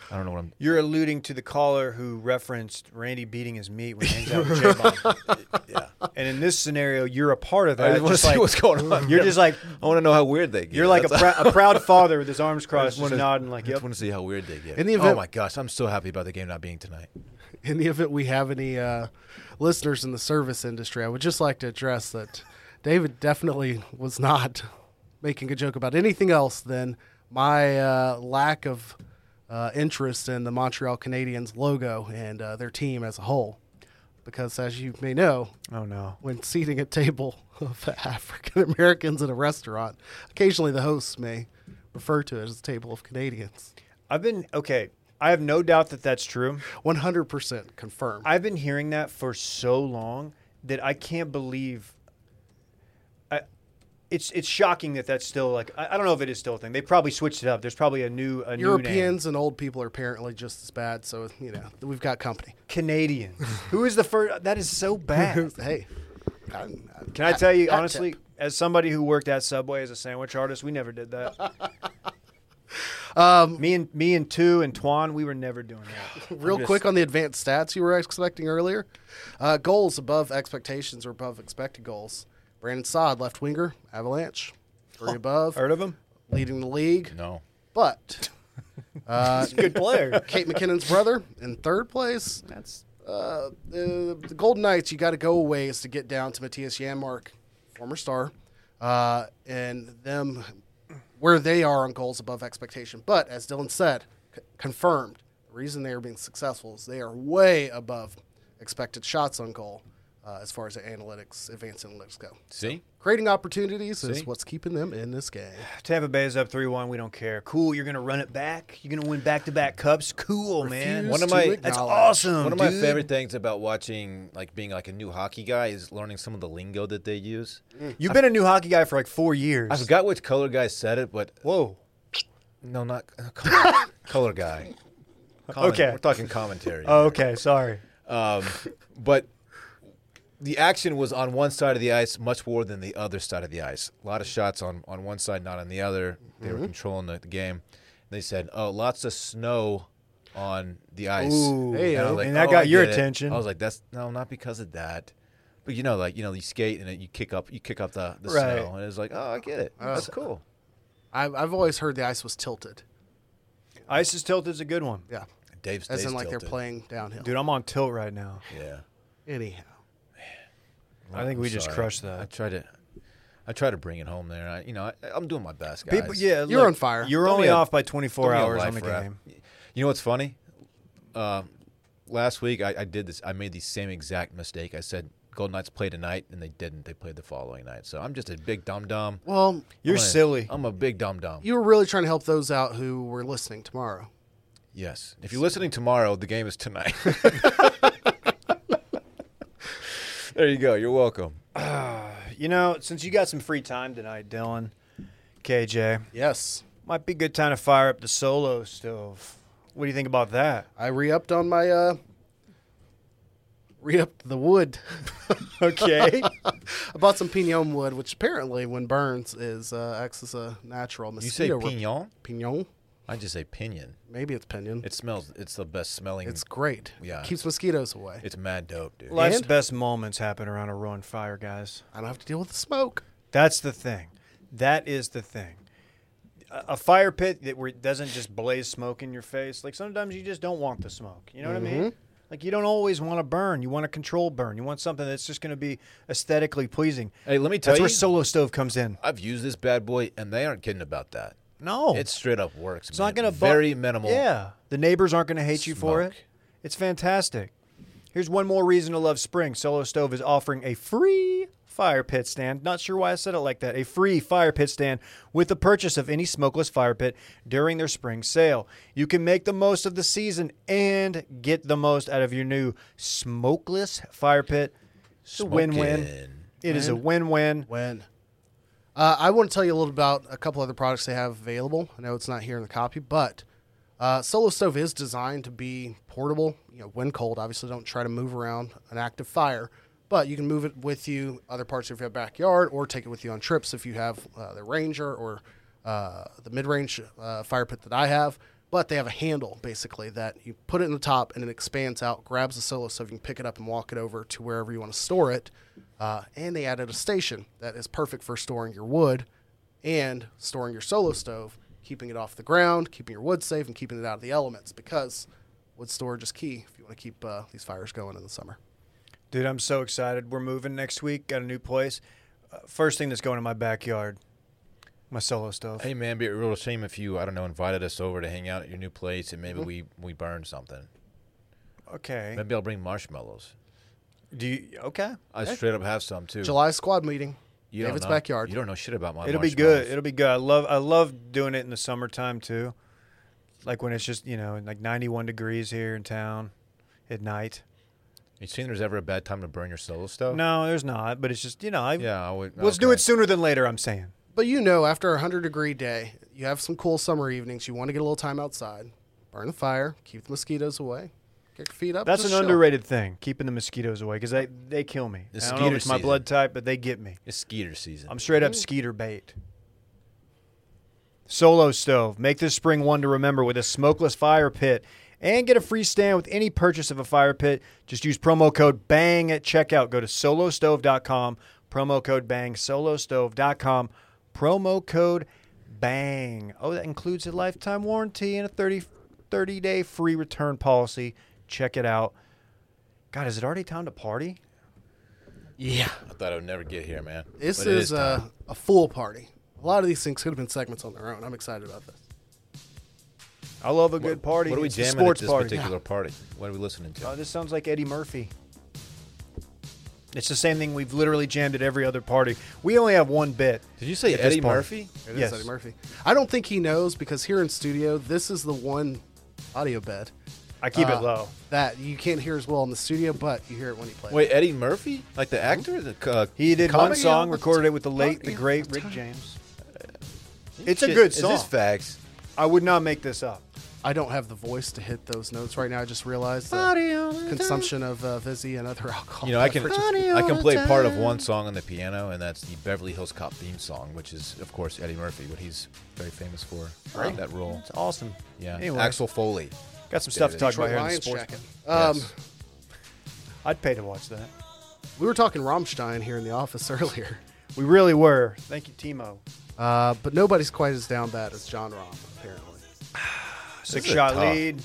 Speaker 3: I don't know what I'm.
Speaker 2: You're alluding to the caller who referenced Randy beating his meat when he hangs out with J-Bone.
Speaker 3: (laughs)
Speaker 2: yeah. And in this scenario, you're a part of that.
Speaker 3: I just want to
Speaker 2: just
Speaker 3: see
Speaker 2: like-
Speaker 3: what's going on.
Speaker 2: You're just like
Speaker 3: I want to know how weird they get.
Speaker 2: you're like a,
Speaker 3: That's-
Speaker 2: prou- a proud father with his
Speaker 3: (laughs)
Speaker 2: arms
Speaker 3: I just
Speaker 2: crossed, just
Speaker 3: wanna-
Speaker 2: nodding like,
Speaker 3: I
Speaker 2: (laughs) "Yep."
Speaker 3: just want to see how weird they get.
Speaker 4: In the
Speaker 3: oh
Speaker 4: event-
Speaker 3: my gosh, I'm so happy about the game not being tonight.
Speaker 4: In the event we have any uh, listeners in the service industry, I would just like to address that David definitely was not making a joke about anything else than my uh, lack of uh, interest in the Montreal Canadiens logo and uh, their team as a whole. Because, as you may know,
Speaker 2: Oh no.
Speaker 4: when seating a table of African Americans at a restaurant, occasionally the hosts may refer to it as a table of Canadians.
Speaker 2: I've been okay. I have no doubt that that's true.
Speaker 4: 100% confirmed.
Speaker 2: I've been hearing that for so long that I can't believe. I, it's it's shocking that that's still like I, I don't know if it is still a thing. They probably switched it up. There's probably a new a new name.
Speaker 4: Europeans and old people are apparently just as bad, so you know we've got
Speaker 2: (laughs)
Speaker 4: company.
Speaker 2: Canadians. Who is the first? That is so bad.
Speaker 4: (laughs) hey, I,
Speaker 2: (laughs) Can I tell you
Speaker 4: Hot
Speaker 2: honestly, as somebody who worked at Subway as a sandwich artist, we never did that. (laughs) me and me and two and Twan, we were never doing that.
Speaker 4: real quick on the advanced stats you were expecting earlier, uh, goals above expectations or above expected goals. Brandon Sod, left winger, Avalanche, three
Speaker 2: (laughs)
Speaker 4: above,
Speaker 2: Heard of him?
Speaker 4: leading the league,
Speaker 3: No.
Speaker 4: but uh,
Speaker 2: Good player.
Speaker 4: Kate McKinnon's brother in third place.
Speaker 2: That's
Speaker 4: Uh, the, the Golden Knights, you got to go a ways to get down to Matthias Janmark, former star, uh, and them where they are on goals above expectation. But as Dylan said, c- confirmed, the reason they are being successful is they are way above expected shots on goal uh, as far as the analytics, advanced analytics go.
Speaker 3: See,
Speaker 4: Creating opportunities
Speaker 3: See?
Speaker 4: is what's keeping them in this game.
Speaker 2: (laughs) Tampa Bay is up three one. We don't care. Cool. You're gonna run it back. You're gonna win back to back cups. Cool, man.
Speaker 4: Refuse
Speaker 3: One of
Speaker 4: to
Speaker 3: my-
Speaker 2: That's
Speaker 4: acknowledge.
Speaker 2: awesome.
Speaker 3: One of my
Speaker 2: Um, dude.
Speaker 3: favorite things about watching, like being like a new hockey guy, is learning some of the lingo that they use.
Speaker 2: You've been a new hockey guy for like four years.
Speaker 3: I forgot which color guy said it, but
Speaker 2: Whoa.
Speaker 3: no, not uh, color, (laughs) color guy. Comment-
Speaker 2: Okay.
Speaker 3: we're talking commentary.
Speaker 2: Oh, okay. Sorry.
Speaker 3: Um, but the action was on one side of the ice much more than the other side of the ice. A lot of shots on, on one side, not on the other. They
Speaker 2: Mm-hmm.
Speaker 3: were controlling the, the game. They said, "Oh, lots of snow on the ice."
Speaker 2: Ooh.
Speaker 4: Hey,
Speaker 3: I was
Speaker 4: oh.
Speaker 2: And that got
Speaker 3: I
Speaker 2: your
Speaker 3: get it."
Speaker 2: attention.
Speaker 3: I was like, "That's no, not because of that." But you know, like you know, you skate and then you kick up, you kick up the, the
Speaker 2: Right.
Speaker 3: snow, and it's like, "Oh, I get it. That's cool."
Speaker 4: I've, I've always heard the ice was tilted.
Speaker 2: Ice is tilted is a good one.
Speaker 4: Yeah.
Speaker 3: Dave's
Speaker 4: As
Speaker 3: Dave's
Speaker 4: in like
Speaker 3: tilted.
Speaker 4: they're playing downhill.
Speaker 2: Dude, I'm on tilt right now.
Speaker 3: Yeah.
Speaker 4: Anyhow.
Speaker 2: I think
Speaker 3: I'm
Speaker 2: we just
Speaker 3: sorry.
Speaker 2: crushed
Speaker 3: I
Speaker 2: that.
Speaker 3: try to, I try to bring it home there. I, you know, I, I'm doing my best, guys.
Speaker 2: People, yeah,
Speaker 4: You're
Speaker 2: look,
Speaker 4: on fire.
Speaker 2: You're
Speaker 3: Don't
Speaker 2: only
Speaker 3: be a-
Speaker 2: off by
Speaker 3: Don't
Speaker 2: 24
Speaker 3: be a
Speaker 2: hours on the
Speaker 3: life raft.
Speaker 2: game.
Speaker 3: You know what's funny? Um, last week I, I did this. I made the same exact mistake. I said Golden Knights play tonight, and they didn't. They played the following night. So I'm just a big dum dum.
Speaker 4: Well,
Speaker 2: You're silly.
Speaker 3: I'm a big dum dum.
Speaker 4: you were really trying to help those out who were listening tomorrow.
Speaker 3: Yes. If you're listening tomorrow, the game is tonight. (laughs) there you go. You're welcome.
Speaker 2: You know, since you got some free time tonight, Dylan, KJ,
Speaker 4: Yes.
Speaker 2: might be a good time to fire up the solo stove. What do you think about that?
Speaker 4: I re upped on my uh re upped the wood. (laughs)
Speaker 2: Okay.
Speaker 4: I bought some pignon wood, which apparently when burns is uh acts as a natural
Speaker 3: You say
Speaker 4: mosquito. rep-
Speaker 3: pignon?
Speaker 4: Pignon?
Speaker 3: I just say pinion.
Speaker 4: Maybe it's pinion.
Speaker 3: It smells. It's the best smelling.
Speaker 4: It's great.
Speaker 3: Yeah.
Speaker 4: It keeps mosquitoes away.
Speaker 3: it's mad dope, dude.
Speaker 2: (laughs) Life's
Speaker 4: And?
Speaker 2: best moments happen around a roaring fire, guys.
Speaker 4: I don't have to deal with the smoke.
Speaker 2: That's the thing. That is the thing. A a fire pit that where it doesn't just blaze smoke in your face. Like sometimes you just don't want the smoke. You know what I mean? Like you don't always want to burn. You want to control burn. You want something that's just going to be aesthetically pleasing.
Speaker 3: Hey, let me tell
Speaker 2: That's
Speaker 3: you.
Speaker 2: where solo stove comes in.
Speaker 3: I've used this bad boy, and they aren't kidding about that.
Speaker 2: No,
Speaker 3: It straight up works.
Speaker 2: It's not going to
Speaker 3: very minimal.
Speaker 2: Yeah, the neighbors aren't going to hate you for it.
Speaker 3: Smoke.
Speaker 2: It's fantastic. Here's one more reason to love spring. Solo Stove is offering a free fire pit stand. Not sure why I said it like that. A free fire pit stand with the purchase of any smokeless fire pit during their spring sale. You can make the most of the season and get the most out of your new smokeless fire pit. It's a win-win.
Speaker 3: Smokin'.
Speaker 2: It is a win-win.
Speaker 4: When? Uh, I want to tell you a little about a couple other products they have available. I know it's not here in the copy, but uh, Solo Stove is designed to be portable. You know, when cold, obviously don't try to move around an active fire, but you can move it with you other parts of your backyard or take it with you on trips if you have uh, the Ranger or uh, the mid-range uh, fire pit that I have. But they have a handle basically that you put it in the top and it expands out, grabs the Solo Stove, you can pick it up and walk it over to wherever you want to store it. Uh, and they added a station that is perfect for storing your wood and storing your solo stove, keeping it off the ground, keeping your wood safe, and keeping it out of the elements because wood storage is key if you want to keep uh, these fires going in the summer.
Speaker 2: Dude, I'm so excited. We're moving next week. Got a new place. Uh, first thing that's going in my backyard, my solo stove.
Speaker 3: Hey man, be a real shame if you I don't know invited us over to hang out at your new place and maybe
Speaker 2: Mm-hmm.
Speaker 3: we we burn something.
Speaker 2: Okay.
Speaker 3: Maybe I'll bring marshmallows.
Speaker 2: Do you? Okay.
Speaker 3: I straight up have some too.
Speaker 4: July squad meeting,
Speaker 3: you don't
Speaker 4: David's
Speaker 3: know-
Speaker 4: backyard.
Speaker 3: You don't know shit about my.
Speaker 2: It'll be good. It'll be good. I love. I love doing it in the summertime too. Like when it's just you know like 91 degrees here in town at night.
Speaker 3: you seen there's ever a bad time to burn your solo stove?
Speaker 2: No, there's not. But it's just you know. I,
Speaker 3: Oh. Yeah, I would.
Speaker 2: Let's do
Speaker 3: okay.
Speaker 2: it sooner than later. I'm saying.
Speaker 4: but you know, after a 100 degree day, you have some cool summer evenings, you want to get a little time outside, burn the fire, keep the mosquitoes away, kick your feet up.
Speaker 2: That's an
Speaker 4: just chill.
Speaker 2: underrated thing. Keeping the mosquitoes away because they they kill me.
Speaker 3: The
Speaker 2: I don't know if
Speaker 3: skeeter
Speaker 2: it's my
Speaker 3: season.
Speaker 2: blood type, but they get me.
Speaker 3: It's skeeter season.
Speaker 2: I'm straight up skeeter bait. Solo stove. Make this spring one to remember with a smokeless fire pit. And get a free stand with any purchase of a fire pit. Just use promo code BANG at checkout. Go to solostove.com. Promo code BANG. Solostove.com. Promo code BANG. Oh, that includes a lifetime warranty and a 30, 30 day free return policy. Check it out. God, is it already time to party?
Speaker 4: Yeah.
Speaker 3: I thought I would never get here, man.
Speaker 4: This
Speaker 3: But it
Speaker 4: is,
Speaker 3: time.
Speaker 4: uh, a full party. A lot of these things could have been segments on their own. I'm excited about this.
Speaker 2: I love a good party.
Speaker 3: What are we
Speaker 2: It's the
Speaker 3: jamming
Speaker 2: sports
Speaker 3: at this
Speaker 2: party.
Speaker 3: particular party? What are we listening to?
Speaker 2: Oh, this sounds like Eddie Murphy. It's the same thing we've literally jammed at every other party. We only have one bit.
Speaker 3: Did you say
Speaker 2: at this
Speaker 3: Eddie
Speaker 2: party.
Speaker 3: Murphy?
Speaker 4: It is
Speaker 2: Yes.
Speaker 4: Eddie Murphy. I don't think he knows because here in studio, this is the one audio bed
Speaker 2: I keep
Speaker 4: uh,
Speaker 2: it low.
Speaker 4: that you can't hear as well in the studio, but you hear it when you play. it.
Speaker 3: Wait, Eddie Murphy? Like the actor? The uh,
Speaker 2: He did one
Speaker 3: comedy
Speaker 2: song,
Speaker 3: album?
Speaker 2: recorded it with the late, the
Speaker 4: Party
Speaker 2: great
Speaker 4: of
Speaker 2: Rick
Speaker 4: time.
Speaker 2: James. It's a
Speaker 3: Shit,
Speaker 2: good
Speaker 3: Is
Speaker 2: song.
Speaker 3: this facts?
Speaker 2: I would not make this up.
Speaker 4: I don't have the voice to hit those notes right now. I just realized the consumption of uh, Vizzy and other (laughs) alcohol.
Speaker 3: You know, I can
Speaker 4: beverages.
Speaker 3: I can play part of one song on the piano, and that's the Beverly Hills Cop theme song, which is of course Eddie Murphy, what he's very famous for. Right. That role.
Speaker 2: It's awesome.
Speaker 3: Yeah.
Speaker 2: Anyway,
Speaker 3: Axel Foley.
Speaker 2: got some stuff to talk
Speaker 4: Detroit
Speaker 2: about here in the
Speaker 4: Lions
Speaker 2: sports.
Speaker 4: jacket. Um,
Speaker 3: Yes.
Speaker 2: I'd pay to watch that.
Speaker 4: We were talking Rammstein here in the office (laughs) earlier,
Speaker 2: We really were. Thank you, Timo.
Speaker 4: uh, but nobody's quite as down bad as John Rahm, apparently.
Speaker 2: Six
Speaker 3: is
Speaker 2: shot
Speaker 3: tough.
Speaker 2: lead.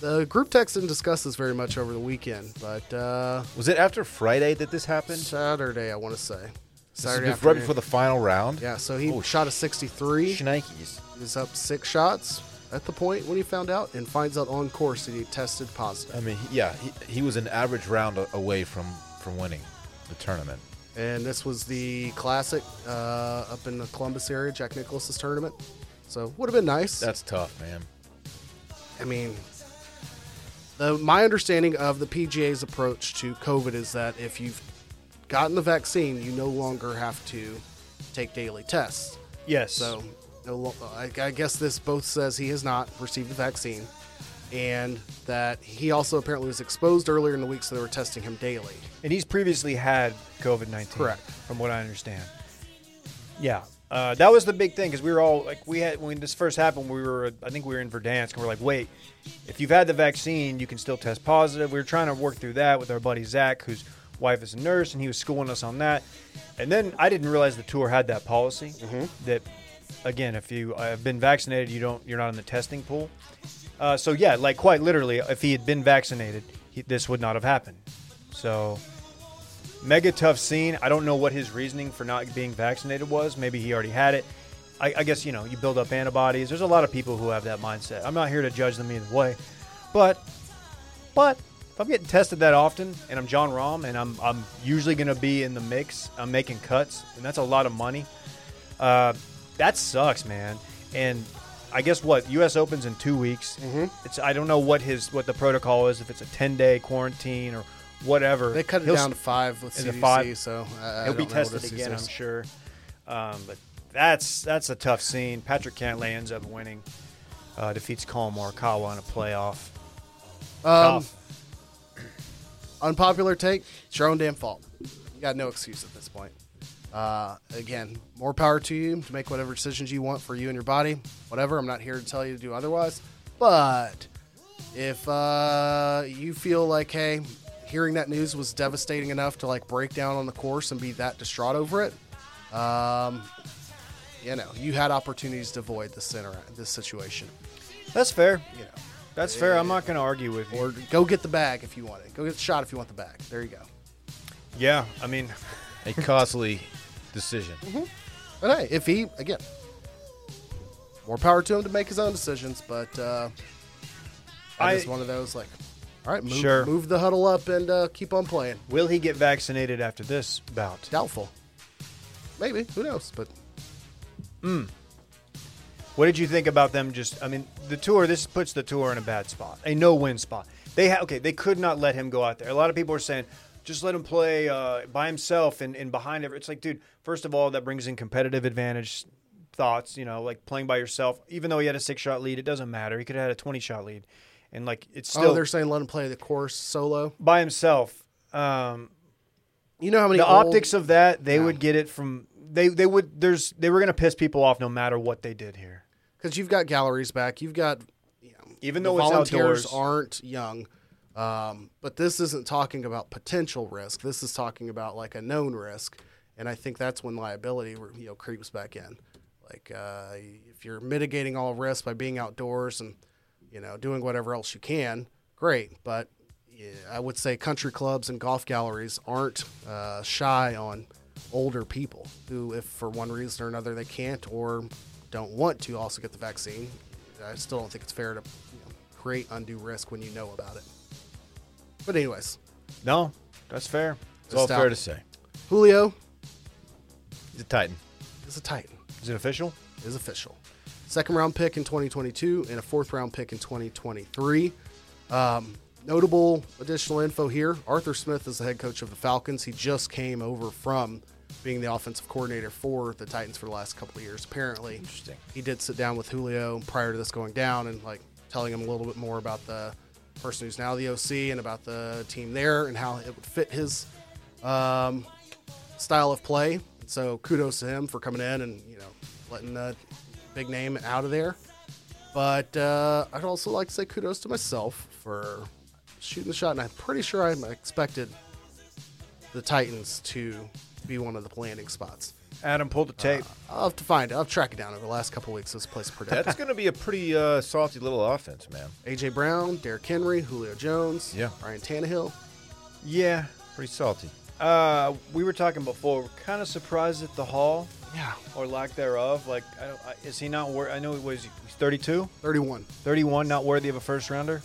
Speaker 4: The group text didn't discuss this very much over the weekend, but uh,
Speaker 3: Was it after Friday that this happened? This
Speaker 4: Saturday, I want to say.
Speaker 3: was bef-
Speaker 4: Saturday
Speaker 3: right
Speaker 4: afternoon.
Speaker 3: before the final round.
Speaker 4: Yeah, so he
Speaker 3: Oh,
Speaker 4: shot a 63.
Speaker 3: Schnikes.
Speaker 4: He was up six shots at the point when he found out and finds out on course that he tested
Speaker 3: I
Speaker 4: positive.
Speaker 3: mean, he- yeah, he, he was an average round a- away from from winning the tournament.
Speaker 4: And this was the classic uh, up in the Columbus area, Jack Nicholas's tournament. So would have been nice.
Speaker 3: That's tough, man.
Speaker 4: I mean, the, my understanding of the PGA's approach to COVID is that if you've gotten the vaccine, you no longer have to take daily tests.
Speaker 2: Yes.
Speaker 4: So, no, lo- I, I guess this both says he has not received the vaccine, and that he also apparently was exposed earlier in the week, so they were testing him daily.
Speaker 2: And he's previously had COVID 19.
Speaker 4: Correct.
Speaker 2: From what I understand. Yeah. Uh, that was the big thing because we were all like, we had, when this first happened, we were, I think we were in Verdansk and we're like, wait, if you've had the vaccine, you can still test positive. We were trying to work through that with our buddy Zach, whose wife is a nurse, and he was schooling us on that. And then I didn't realize the tour had that policy that, again, if you uh, have been vaccinated, you don't, you're not in the testing pool. Uh, so yeah, like quite literally, if he had been vaccinated, he, this would not have happened. So mega tough scene. I don't know what his reasoning for not being vaccinated was. Maybe he already had it. I, I guess you know you build up antibodies. There's a lot of people who have that mindset. I'm not here to judge them either way, but but if I'm getting tested that often and I'm John Rahm and I'm I'm usually going to be in the mix. I'm making cuts and that's a lot of money. Uh, that sucks, man. And I guess what U.S. opens in two weeks. Mm-hmm. It's I don't know what his what the protocol is. If it's a 10 day quarantine or whatever.
Speaker 4: They cut it
Speaker 2: He'll
Speaker 4: down
Speaker 2: s-
Speaker 4: to five with
Speaker 2: is it
Speaker 4: CDC,
Speaker 2: five?
Speaker 4: so I, I
Speaker 2: He'll be
Speaker 4: don't know what
Speaker 2: tested
Speaker 4: his
Speaker 2: again, I'm
Speaker 4: is.
Speaker 2: sure. Um, but that's that's a tough scene. Patrick Cantlay ends up winning, uh, defeats Colin Morikawa in a playoff.
Speaker 4: Um,
Speaker 2: Tough.
Speaker 4: unpopular take: it's your own damn fault. You got no excuse at this point. Uh, again, more power to you to make whatever decisions you want for you and your body. Whatever. I'm not here to tell you to do otherwise. But if uh, you feel like, hey, hearing that news was devastating enough to like break down on the course and be that distraught over it, um, you know, you had opportunities to avoid this center this situation.
Speaker 2: That's fair.
Speaker 4: You know.
Speaker 2: That's fair. I'm not going to argue with you.
Speaker 4: or go get the bag if you want it. Go get the shot if you want the bag. There you go.
Speaker 2: Yeah, I mean, (laughs)
Speaker 3: A costly decision.
Speaker 2: Mhm.
Speaker 4: But hey, if he again, more power to him to make his own decisions. But uh, I,
Speaker 2: I-
Speaker 4: just one of those like, all right, move,
Speaker 2: Sure.
Speaker 4: move the huddle up and uh, keep on playing.
Speaker 2: will he get vaccinated after this bout?
Speaker 4: Doubtful, maybe. Who knows? But oh,
Speaker 2: What did you think about them? Just, I mean, the tour. This puts the tour in a bad spot, a no-win spot. They ha- okay, they could not let him go out there. A lot of people are saying, just let him play uh, by himself and, and behind every. It's like, dude, first of all, that brings in competitive advantage thoughts. You know, like playing by yourself. Even though he had a six-shot lead, it doesn't matter. He could have had a twenty-shot lead, and like it's
Speaker 4: still,
Speaker 2: still
Speaker 4: Oh, they're saying let him play the course solo.
Speaker 2: by himself. Um,
Speaker 4: You know how many
Speaker 2: the
Speaker 4: old-
Speaker 2: optics of that, they would get it from they. They would. There's they were gonna piss people off no matter what they did here.
Speaker 4: because you've got galleries back. You've got you know,
Speaker 2: Even
Speaker 4: the
Speaker 2: though it's
Speaker 4: volunteers
Speaker 2: outdoors.
Speaker 4: aren't young, um, but this isn't talking about potential risk. This is talking about like a known risk, and I think that's when liability you know creeps back in. Like uh, if you're mitigating all risk by being outdoors and you know doing whatever else you can, great. But yeah, I would say country clubs and golf galleries aren't uh, shy on older people who, if for one reason or another they can't or don't want to also get the vaccine, I still don't think it's fair to you know, create undue risk when you know about it. But anyways,
Speaker 2: No, that's fair.
Speaker 3: It's all
Speaker 4: Just
Speaker 3: fair
Speaker 4: out.
Speaker 3: to say.
Speaker 4: Julio
Speaker 3: He's a Titan.
Speaker 4: is a Titan,
Speaker 2: Is it official?
Speaker 4: is official. Second round pick in 2022 and a fourth round pick in 2023. Um, notable additional info here: Arthur Smith is the head coach of the Falcons. He just came over from being the offensive coordinator for the Titans for the last couple of years. Apparently,
Speaker 3: Interesting.
Speaker 4: he did sit down with Julio prior to this going down and like telling him a little bit more about the person who's now the OC and about the team there and how it would fit his um, style of play. So kudos to him for coming in and you know letting the big name out of there. But uh, I'd also like to say kudos to myself for shooting the shot, and I'm pretty sure I expected the Titans to be one of the landing spots.
Speaker 2: Adam, pull the tape.
Speaker 4: I'll have to find it. I'll track it down over the last couple weeks. This place productive.
Speaker 3: That's going to be a pretty uh, salty little offense, man.
Speaker 4: AJ Brown, Derrick Henry, Julio Jones,
Speaker 3: Yeah.
Speaker 4: Brian Tannehill.
Speaker 2: yeah.
Speaker 3: Pretty salty.
Speaker 2: Uh, we were talking before. We're kind of surprised at the haul
Speaker 4: Yeah,
Speaker 2: or lack thereof. Like, I don't, I, is he not worth? I know he was he's 32,
Speaker 4: 31.
Speaker 2: 31, not worthy of a first rounder.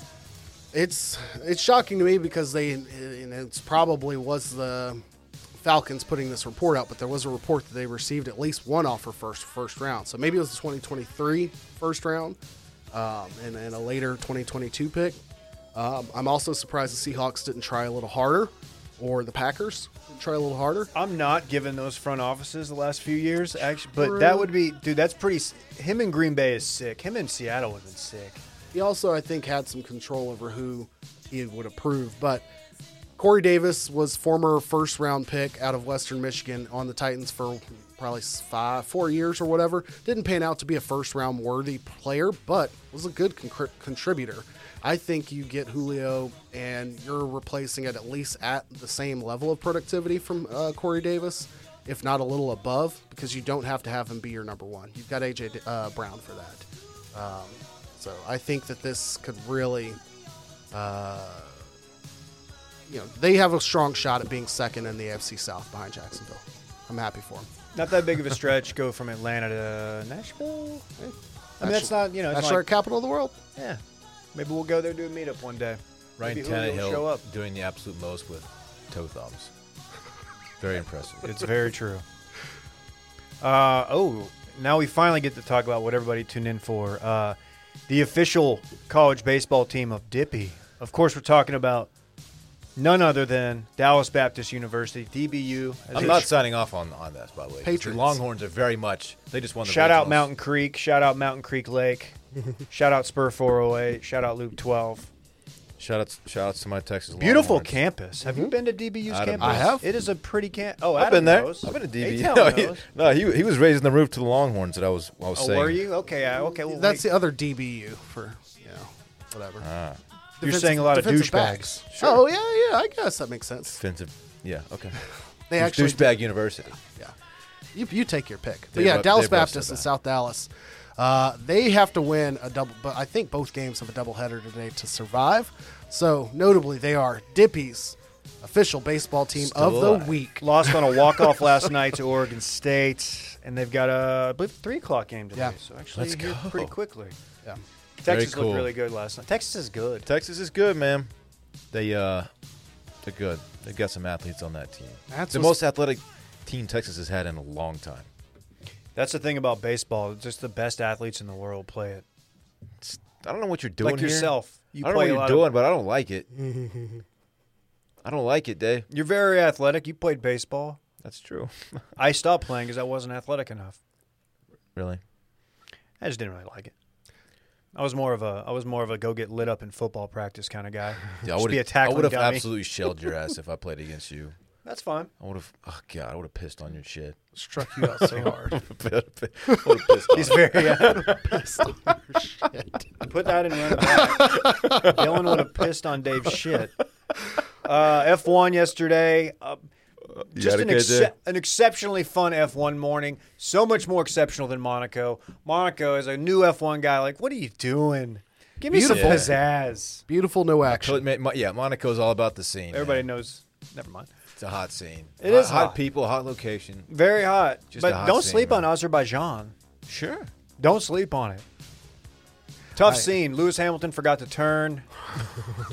Speaker 4: It's it's shocking to me because they and it's probably was the Falcons putting this report out, but there was a report that they received at least one offer first first round. So maybe it was the 2023 first round, um, and, and a later 2022 pick. Um, I'm also surprised the Seahawks didn't try a little harder, or the Packers didn't try a little harder.
Speaker 2: I'm not giving those front offices the last few years, actually. But that would be, dude. That's pretty. s- Him in Green Bay is sick. Him in Seattle would have been sick.
Speaker 4: He also, I think, had some control over who he would approve. But Corey Davis was former first round pick out of Western Michigan on the Titans for probably five, four years or whatever. Didn't pan out to be a first round worthy player, but was a good con- contributor. I think you get Julio and you're replacing it at least at the same level of productivity from uh, Corey Davis, if not a little above, because you don't have to have him be your number one. You've got AJ D- uh, Brown for that. Um, so I think that this could really, uh, you know, they have a strong shot at being second in the AFC South behind Jacksonville. I'm happy for them.
Speaker 2: Not that big of a stretch. go from Atlanta to Nashville. I mean, that's not you know. It's
Speaker 4: That's
Speaker 2: like,
Speaker 4: our capital of the world.
Speaker 2: yeah. Maybe we'll go there do a meetup one day.
Speaker 3: Ryan
Speaker 2: Maybe Julio will
Speaker 3: Tannehill
Speaker 2: show up.
Speaker 3: doing the absolute most with toe thumbs. Very impressive.
Speaker 2: It's very true. Uh, oh, now we finally get to talk about what everybody tuned in for. Uh, the official college baseball team of Dippy. Of course, we're talking about none other than Dallas Baptist University, DBU. as
Speaker 3: I'm
Speaker 2: they-
Speaker 3: not signing off on, on this, by the way.
Speaker 4: Patriots.
Speaker 3: The Longhorns are very much. They just won the
Speaker 2: shout out
Speaker 3: regionals.
Speaker 2: Mountain Creek. Shout out Mountain Creek (laughs) Lake. shout out Spur 408. Shout out Loop 12.
Speaker 3: Shout out! Shout outs to my Texas.
Speaker 2: Beautiful
Speaker 3: Longhorns.
Speaker 2: campus. Have you been to DBU's
Speaker 3: Adam
Speaker 2: campus?
Speaker 3: knows. I
Speaker 4: have.
Speaker 2: It is a pretty camp. Oh,
Speaker 3: Mm-hmm. I've
Speaker 2: Adam
Speaker 3: been there.
Speaker 2: knows.
Speaker 3: I've been to DB. (laughs)
Speaker 2: A-Town
Speaker 3: No, he,
Speaker 2: knows.
Speaker 3: no, he he was raising the roof to the Longhorns that I was I was
Speaker 2: Oh,
Speaker 3: saying.
Speaker 2: were you? Okay. I- Okay. Well,
Speaker 4: That's
Speaker 2: wait.
Speaker 4: the other DBU for you know whatever.
Speaker 2: Ah. You're saying a lot of
Speaker 4: defensive
Speaker 2: douchebags.
Speaker 4: backs.
Speaker 2: Sure.
Speaker 4: Oh yeah, yeah. I guess that makes sense.
Speaker 3: Defensive. Yeah. Okay.
Speaker 4: They
Speaker 3: Douche-
Speaker 4: actually
Speaker 3: douchebag university.
Speaker 4: Yeah. You, you take your pick. But
Speaker 3: They
Speaker 4: yeah,
Speaker 3: ru-
Speaker 4: Dallas
Speaker 3: they rushed
Speaker 4: Baptist
Speaker 3: it
Speaker 4: and
Speaker 3: back.
Speaker 4: South Dallas. Uh, they have to win a double, but I think both games have a doubleheader today to survive. So, notably, they are Dippy's official baseball team
Speaker 3: Still
Speaker 4: of the
Speaker 3: alive.
Speaker 4: week.
Speaker 2: lost on a
Speaker 3: (laughs)
Speaker 2: walk off last night to Oregon State, and they've got a I believe three o'clock game today.
Speaker 4: Yeah.
Speaker 2: So actually,
Speaker 3: Let's
Speaker 2: here
Speaker 3: go.
Speaker 2: pretty quickly.
Speaker 4: Yeah.
Speaker 2: Texas
Speaker 3: cool.
Speaker 2: looked really good last night. Texas is good.
Speaker 3: Texas is good, man. They uh, they're good. They got some athletes on that team.
Speaker 4: That's
Speaker 3: the
Speaker 4: what's-
Speaker 3: most athletic team Texas has had in a long time.
Speaker 2: That's the thing about baseball. Just the best athletes in the world play it.
Speaker 3: It's- I don't know what you're doing
Speaker 2: Like
Speaker 3: here.
Speaker 2: yourself. You
Speaker 3: I don't
Speaker 2: play a
Speaker 3: know what you're
Speaker 2: lot
Speaker 3: doing,
Speaker 2: of-
Speaker 3: but I don't like
Speaker 2: (laughs)
Speaker 3: it. I don't like it, Dave.
Speaker 2: You're very athletic. You played baseball.
Speaker 3: That's true. (laughs)
Speaker 2: I stopped playing because I wasn't athletic enough.
Speaker 3: really?
Speaker 2: I just didn't really like it. I was more of a I was more of a go get lit up in football practice kind of guy.
Speaker 3: (laughs) Yeah, I
Speaker 2: Just
Speaker 3: would
Speaker 2: be a
Speaker 3: have. I
Speaker 2: tackling
Speaker 3: would have
Speaker 2: dummy. (laughs)
Speaker 3: absolutely shelled your ass if I played against you.
Speaker 2: That's fine.
Speaker 3: I would have. Oh god, I would have pissed on your shit. (laughs)
Speaker 4: Struck you out so
Speaker 2: (laughs)
Speaker 4: hard. (laughs)
Speaker 3: I would have pissed on.
Speaker 2: He's very uh, (laughs) Put that in run. it
Speaker 3: (laughs)
Speaker 2: back. Dylan would have pissed on Dave's shit. Uh, F1 yesterday. Uh, just
Speaker 3: had a
Speaker 2: an,
Speaker 3: good
Speaker 2: exce-
Speaker 3: day?
Speaker 2: an exceptionally fun F1 morning. So much more exceptional than Monaco. Monaco is a new F1 guy. Like, what are you doing? Give me some
Speaker 3: Beautiful.
Speaker 2: pizzazz.
Speaker 4: Beautiful, no
Speaker 3: So it
Speaker 4: action.
Speaker 3: ma- Mo- yeah, Monaco's all about the scene.
Speaker 2: Everybody
Speaker 3: man.
Speaker 2: knows. Never mind.
Speaker 3: it's a hot scene.
Speaker 2: It
Speaker 3: hot,
Speaker 2: is hot.
Speaker 3: people, hot location.
Speaker 2: Very hot.
Speaker 3: Just a
Speaker 2: but
Speaker 3: hot
Speaker 2: don't
Speaker 3: scene,
Speaker 2: sleep on
Speaker 3: man.
Speaker 2: Azerbaijan.
Speaker 3: Sure.
Speaker 2: Don't sleep on it. Tough scene. Lewis Hamilton forgot to
Speaker 3: (laughs)
Speaker 2: turn.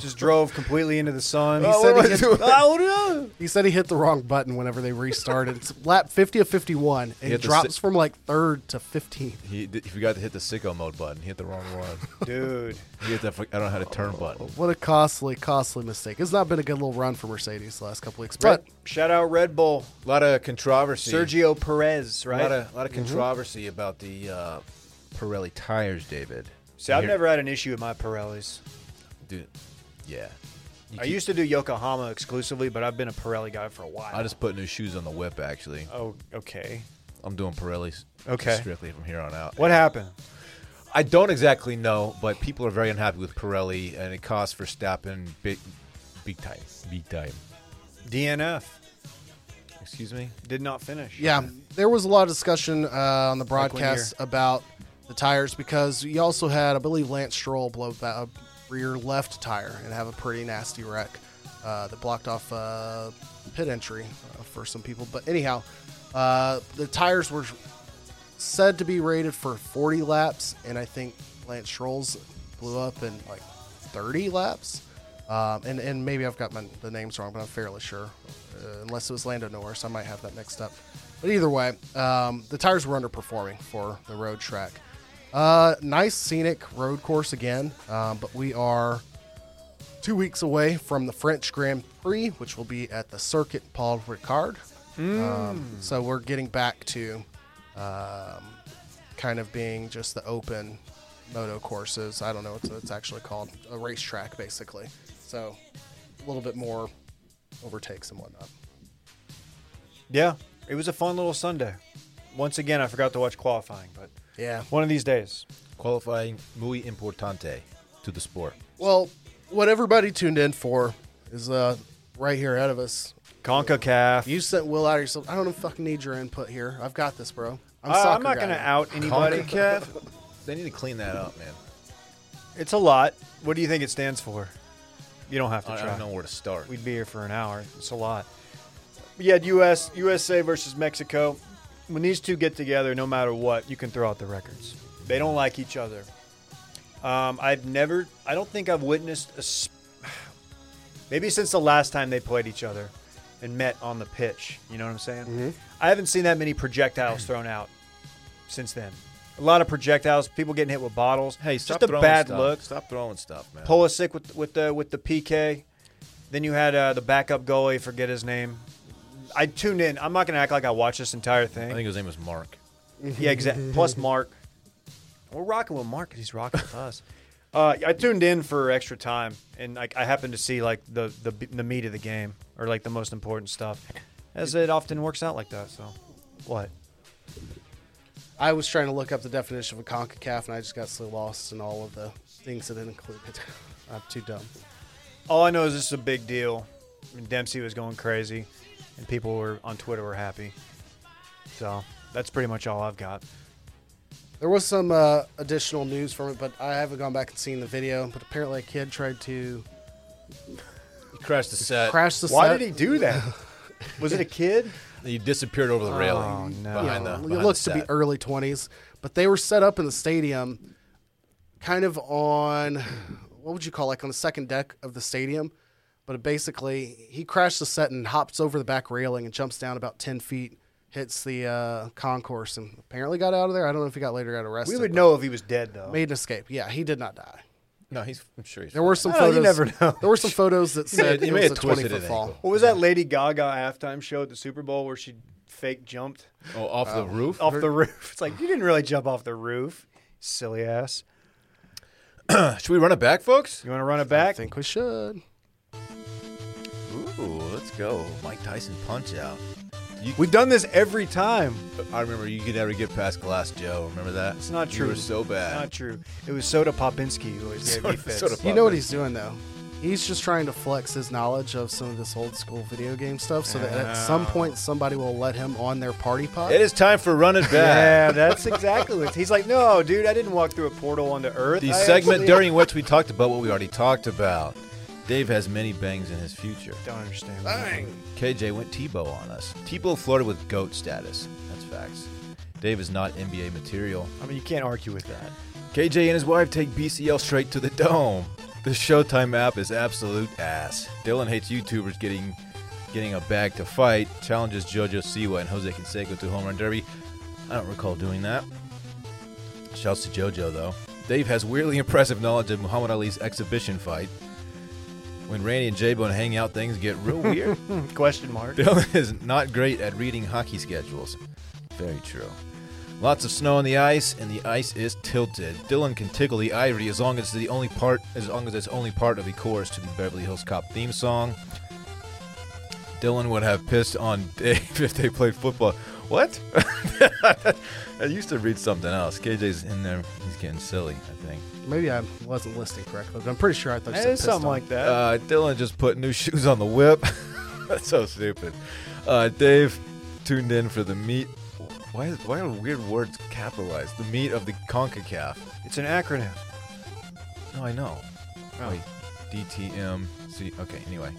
Speaker 2: Just drove completely into the sun.
Speaker 4: Oh, what was it?
Speaker 2: (laughs) Oh, no.
Speaker 4: He said he hit the wrong button whenever they restarted. It's lap 50 of 51, and he
Speaker 3: had to
Speaker 4: drops
Speaker 3: sit-
Speaker 4: from like third to 15th.
Speaker 3: He, did, he forgot to hit the sicko mode button. He hit the wrong one.
Speaker 2: Dude.
Speaker 3: he hit the fr- I don't know how to turn button.
Speaker 4: What a costly, costly mistake. It's not been a good little run for Mercedes the last couple weeks, but
Speaker 2: Red, shout out Red Bull.
Speaker 3: A lot of controversy.
Speaker 2: Sergio Perez,
Speaker 3: a
Speaker 2: right? Mm-hmm.
Speaker 3: lot of, lot of controversy about the uh, Pirelli tires, David.
Speaker 2: See, I've
Speaker 3: Here-
Speaker 2: never had an issue with my Pirellis.
Speaker 3: Dude, yeah. You
Speaker 2: I
Speaker 3: keep-
Speaker 2: used to do Yokohama exclusively, but I've been a Pirelli guy for a while.
Speaker 3: I just put new shoes on the whip. Actually,
Speaker 2: oh, okay.
Speaker 3: I'm doing Pirellis.
Speaker 2: Okay.
Speaker 3: Strictly from here on out.
Speaker 2: What happened?
Speaker 3: I don't exactly know, but people are very unhappy with Pirelli, and it costs for Stappen big, big time, big time.
Speaker 2: DNF.
Speaker 3: Excuse me.
Speaker 2: Did not finish.
Speaker 4: Yeah, there was a lot of discussion uh, on the broadcast about the tires because you also had, I believe, Lance Stroll blow up a rear left tire and have a pretty nasty wreck uh, that blocked off uh, pit entry uh, for some people. But anyhow, uh, the tires were said to be rated for 40 laps, and I think Lance Stroll's blew up in like 30 laps. Um, and, and maybe I've got my, the names wrong, but I'm fairly sure. Uh, unless it was Lando Norris, I might have that mixed up. But either way, um, the tires were underperforming for the road track. Uh, nice scenic road course again, um, but we are two weeks away from the French Grand Prix, which will be at the Circuit Paul Ricard. Um, so we're getting back to um, kind of being just the open moto courses. I don't know what it's actually called, a racetrack basically. So a little bit more overtakes and whatnot.
Speaker 2: Yeah. It was a fun little Sunday. Once again, I forgot to watch qualifying, but
Speaker 4: Yeah.
Speaker 2: one of these days.
Speaker 3: Qualifying muy importante to the sport.
Speaker 4: Well, what everybody tuned in for is uh, right here ahead of us.
Speaker 2: Conca calf.
Speaker 4: You sent Will out of yourself. I don't fucking need your input here. I've got this, bro. I'm,
Speaker 2: Uh,
Speaker 4: soccer
Speaker 2: I'm not
Speaker 4: guy.
Speaker 2: going to out anybody.
Speaker 3: They need to clean that up, man.
Speaker 2: It's a lot. What do you think it stands for? You don't have to
Speaker 3: I, I
Speaker 2: try.
Speaker 3: don't know where to start.
Speaker 2: We'd be here for an hour. It's a lot. But yeah, U.S. USA versus Mexico. When these two get together, no matter what, you can throw out the records. They don't like each other. Um, I've never. I don't think I've witnessed a. s- (sighs) Maybe since the last time they played each other and met on the pitch. You know what I'm saying? I haven't seen that many (clears throat) projectiles thrown out since then. A lot of projectiles. People getting hit with bottles.
Speaker 3: hey, stop
Speaker 2: just a
Speaker 3: throwing
Speaker 2: bad
Speaker 3: stuff.
Speaker 2: look.
Speaker 3: Stop throwing stuff, man.
Speaker 2: Pulisic with with the with the PK. Then you had uh, the backup goalie, forget his name. I tuned in. I'm not gonna act like I watched this entire
Speaker 3: I
Speaker 2: thing.
Speaker 3: think his name was Mark.
Speaker 2: yeah, exactly. Plus Mark, we're rocking with Mark. 'cause He's rocking with us. Uh, I tuned in for extra time, and like I happened to see like the, the the meat of the game or like the most important stuff, as it often works out like that. So, what?
Speaker 4: I was trying to look up the definition of a CONCACAF, and I just got so lost in all of the things that it (laughs) included. I'm too dumb.
Speaker 2: All I know is this is a big deal. I mean, Dempsey was going crazy, and people were on Twitter were happy. So that's pretty much all I've got.
Speaker 4: There was some uh, additional news from it, but I haven't gone back and seen the video. But apparently, a kid tried to
Speaker 3: He crashed the set.
Speaker 4: crash the
Speaker 2: Why
Speaker 4: set.
Speaker 2: did he do that? (laughs) Was it a kid?
Speaker 3: He disappeared over the railing
Speaker 2: Oh, no.
Speaker 3: behind the.
Speaker 4: Uh,
Speaker 3: behind
Speaker 4: it
Speaker 3: the
Speaker 4: looks to be
Speaker 3: set.
Speaker 4: early 20s, but they were set up in the stadium, kind of on what would you call like on the second deck of the stadium. But basically, he crashed the set and hops over the back railing and jumps down about 10 feet, hits the uh, concourse, and apparently got out of there. I don't know if he got later got arrested.
Speaker 2: We would
Speaker 4: but
Speaker 2: know if he was dead though.
Speaker 4: Made an escape. Yeah, he did not die.
Speaker 3: No, he's. I'm sure he's.
Speaker 4: There were some
Speaker 2: Oh, you
Speaker 4: photos.
Speaker 2: never know.
Speaker 4: There were some photos that said
Speaker 3: he
Speaker 4: it
Speaker 3: may
Speaker 4: was
Speaker 3: have
Speaker 4: a 20
Speaker 3: twisted
Speaker 4: foot
Speaker 3: an
Speaker 4: fall.
Speaker 3: ankle.
Speaker 2: What was that Lady Gaga halftime show at the Super Bowl where she fake jumped
Speaker 3: Oh, off the roof.
Speaker 2: off the roof? (laughs) It's like you didn't really jump off the roof, silly ass.
Speaker 3: Should we run it back, folks?
Speaker 2: You want to run it
Speaker 4: I
Speaker 2: back?
Speaker 4: think we should.
Speaker 3: Ooh, let's go. Mike Tyson punch out.
Speaker 2: We've done this every time.
Speaker 3: I remember you could never get past Glass Joe. Remember that?
Speaker 2: It's not true.
Speaker 3: You were so
Speaker 2: Not
Speaker 3: bad.
Speaker 2: true. It was Soda Popinski who always gave me
Speaker 3: (laughs) Soda-
Speaker 2: fits.
Speaker 3: Soda
Speaker 4: You know what he's doing though? He's just trying to flex his knowledge of some of this old school video game stuff so that at some point somebody will let him on their party pod.
Speaker 3: It is time for run it
Speaker 2: (laughs)
Speaker 3: back.
Speaker 2: Yeah, that's exactly what he's like. No, dude, I didn't walk through a portal onto Earth.
Speaker 3: The
Speaker 2: I
Speaker 3: segment
Speaker 2: actually-
Speaker 3: during which we talked about what we already talked about. Dave has many bangs in his future.
Speaker 2: Don't understand. Bang.
Speaker 3: KJ went Tebow on us. Tebow flirted with GOAT status. That's facts. Dave is not NBA material.
Speaker 2: I mean, you can't argue with that.
Speaker 3: KJ and his wife take BCL straight to the dome. The Showtime app is absolute ass. Dylan hates YouTubers getting getting a bag to fight. Challenges JoJo Siwa and Jose Canseco to home run derby. I don't recall doing that. Shouts to JoJo though. Dave has weirdly impressive knowledge of Muhammad Ali's exhibition fight. When Randy and J Bone hang out, things get real weird. (laughs)
Speaker 2: Question mark.
Speaker 3: Dylan is not great at reading hockey schedules. Very true. Lots of snow on the ice, and the ice is tilted. Dylan can tickle the ivory as long as the only part, as long as it's only part of the chorus to the Beverly Hills Cop theme song. Dylan would have pissed on (laughs) Dave if they played football. What? (laughs) I used to read something else. KJ's in there. He's getting silly, I think.
Speaker 4: Maybe I
Speaker 2: Eh,
Speaker 4: wasn't listening correctly, but I'm pretty sure I thought you
Speaker 2: It
Speaker 4: said
Speaker 2: is something
Speaker 3: (laughs)
Speaker 4: pistol.
Speaker 2: like that.
Speaker 3: Uh, Dylan just put new shoes on the whip. That's so stupid. Uh, Dave tuned in for the meat. Why, why are weird words capitalized? The meat of the CONCACAF.
Speaker 2: It's an acronym.
Speaker 3: No, I know. Wait, DTM. See, okay, anyway.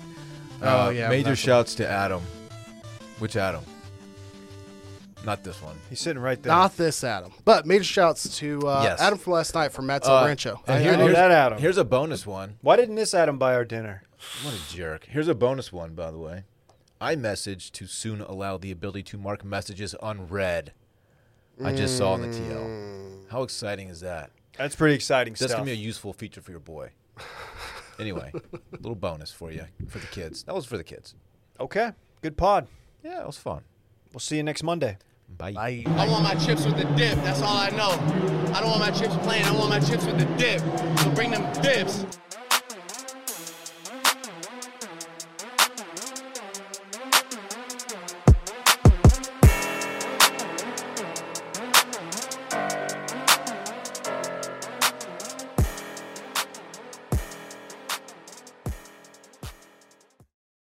Speaker 4: Oh,
Speaker 3: Uh,
Speaker 4: yeah,
Speaker 3: Major
Speaker 4: that's-
Speaker 3: shouts to Adam. Which Adam? Not this one.
Speaker 2: He's sitting right there.
Speaker 4: Not this Adam, but major shouts to uh,
Speaker 3: Yes.
Speaker 4: Adam from last night from Matt's
Speaker 3: Uh,
Speaker 4: Rancho.
Speaker 3: and
Speaker 4: I-
Speaker 3: here-
Speaker 4: I know
Speaker 3: here's-
Speaker 2: that Adam.
Speaker 3: Here's a bonus one.
Speaker 2: Why didn't this Adam buy our dinner?
Speaker 3: What a jerk. Here's a bonus one, by the way. iMessage to soon allow the ability to mark messages unread. I just saw on the TL. How exciting is that?
Speaker 2: That's pretty exciting
Speaker 3: That's
Speaker 2: stuff.
Speaker 3: gonna be a useful feature for your boy. Anyway, little bonus for you for the kids. That was for the kids.
Speaker 2: okay. Good pod.
Speaker 3: Yeah, it was fun.
Speaker 2: We'll see you next Monday.
Speaker 3: Bye.
Speaker 8: I want my chips with the dip. That's all I know. I don't want my chips plain. I want my chips with the dip. So bring them dips.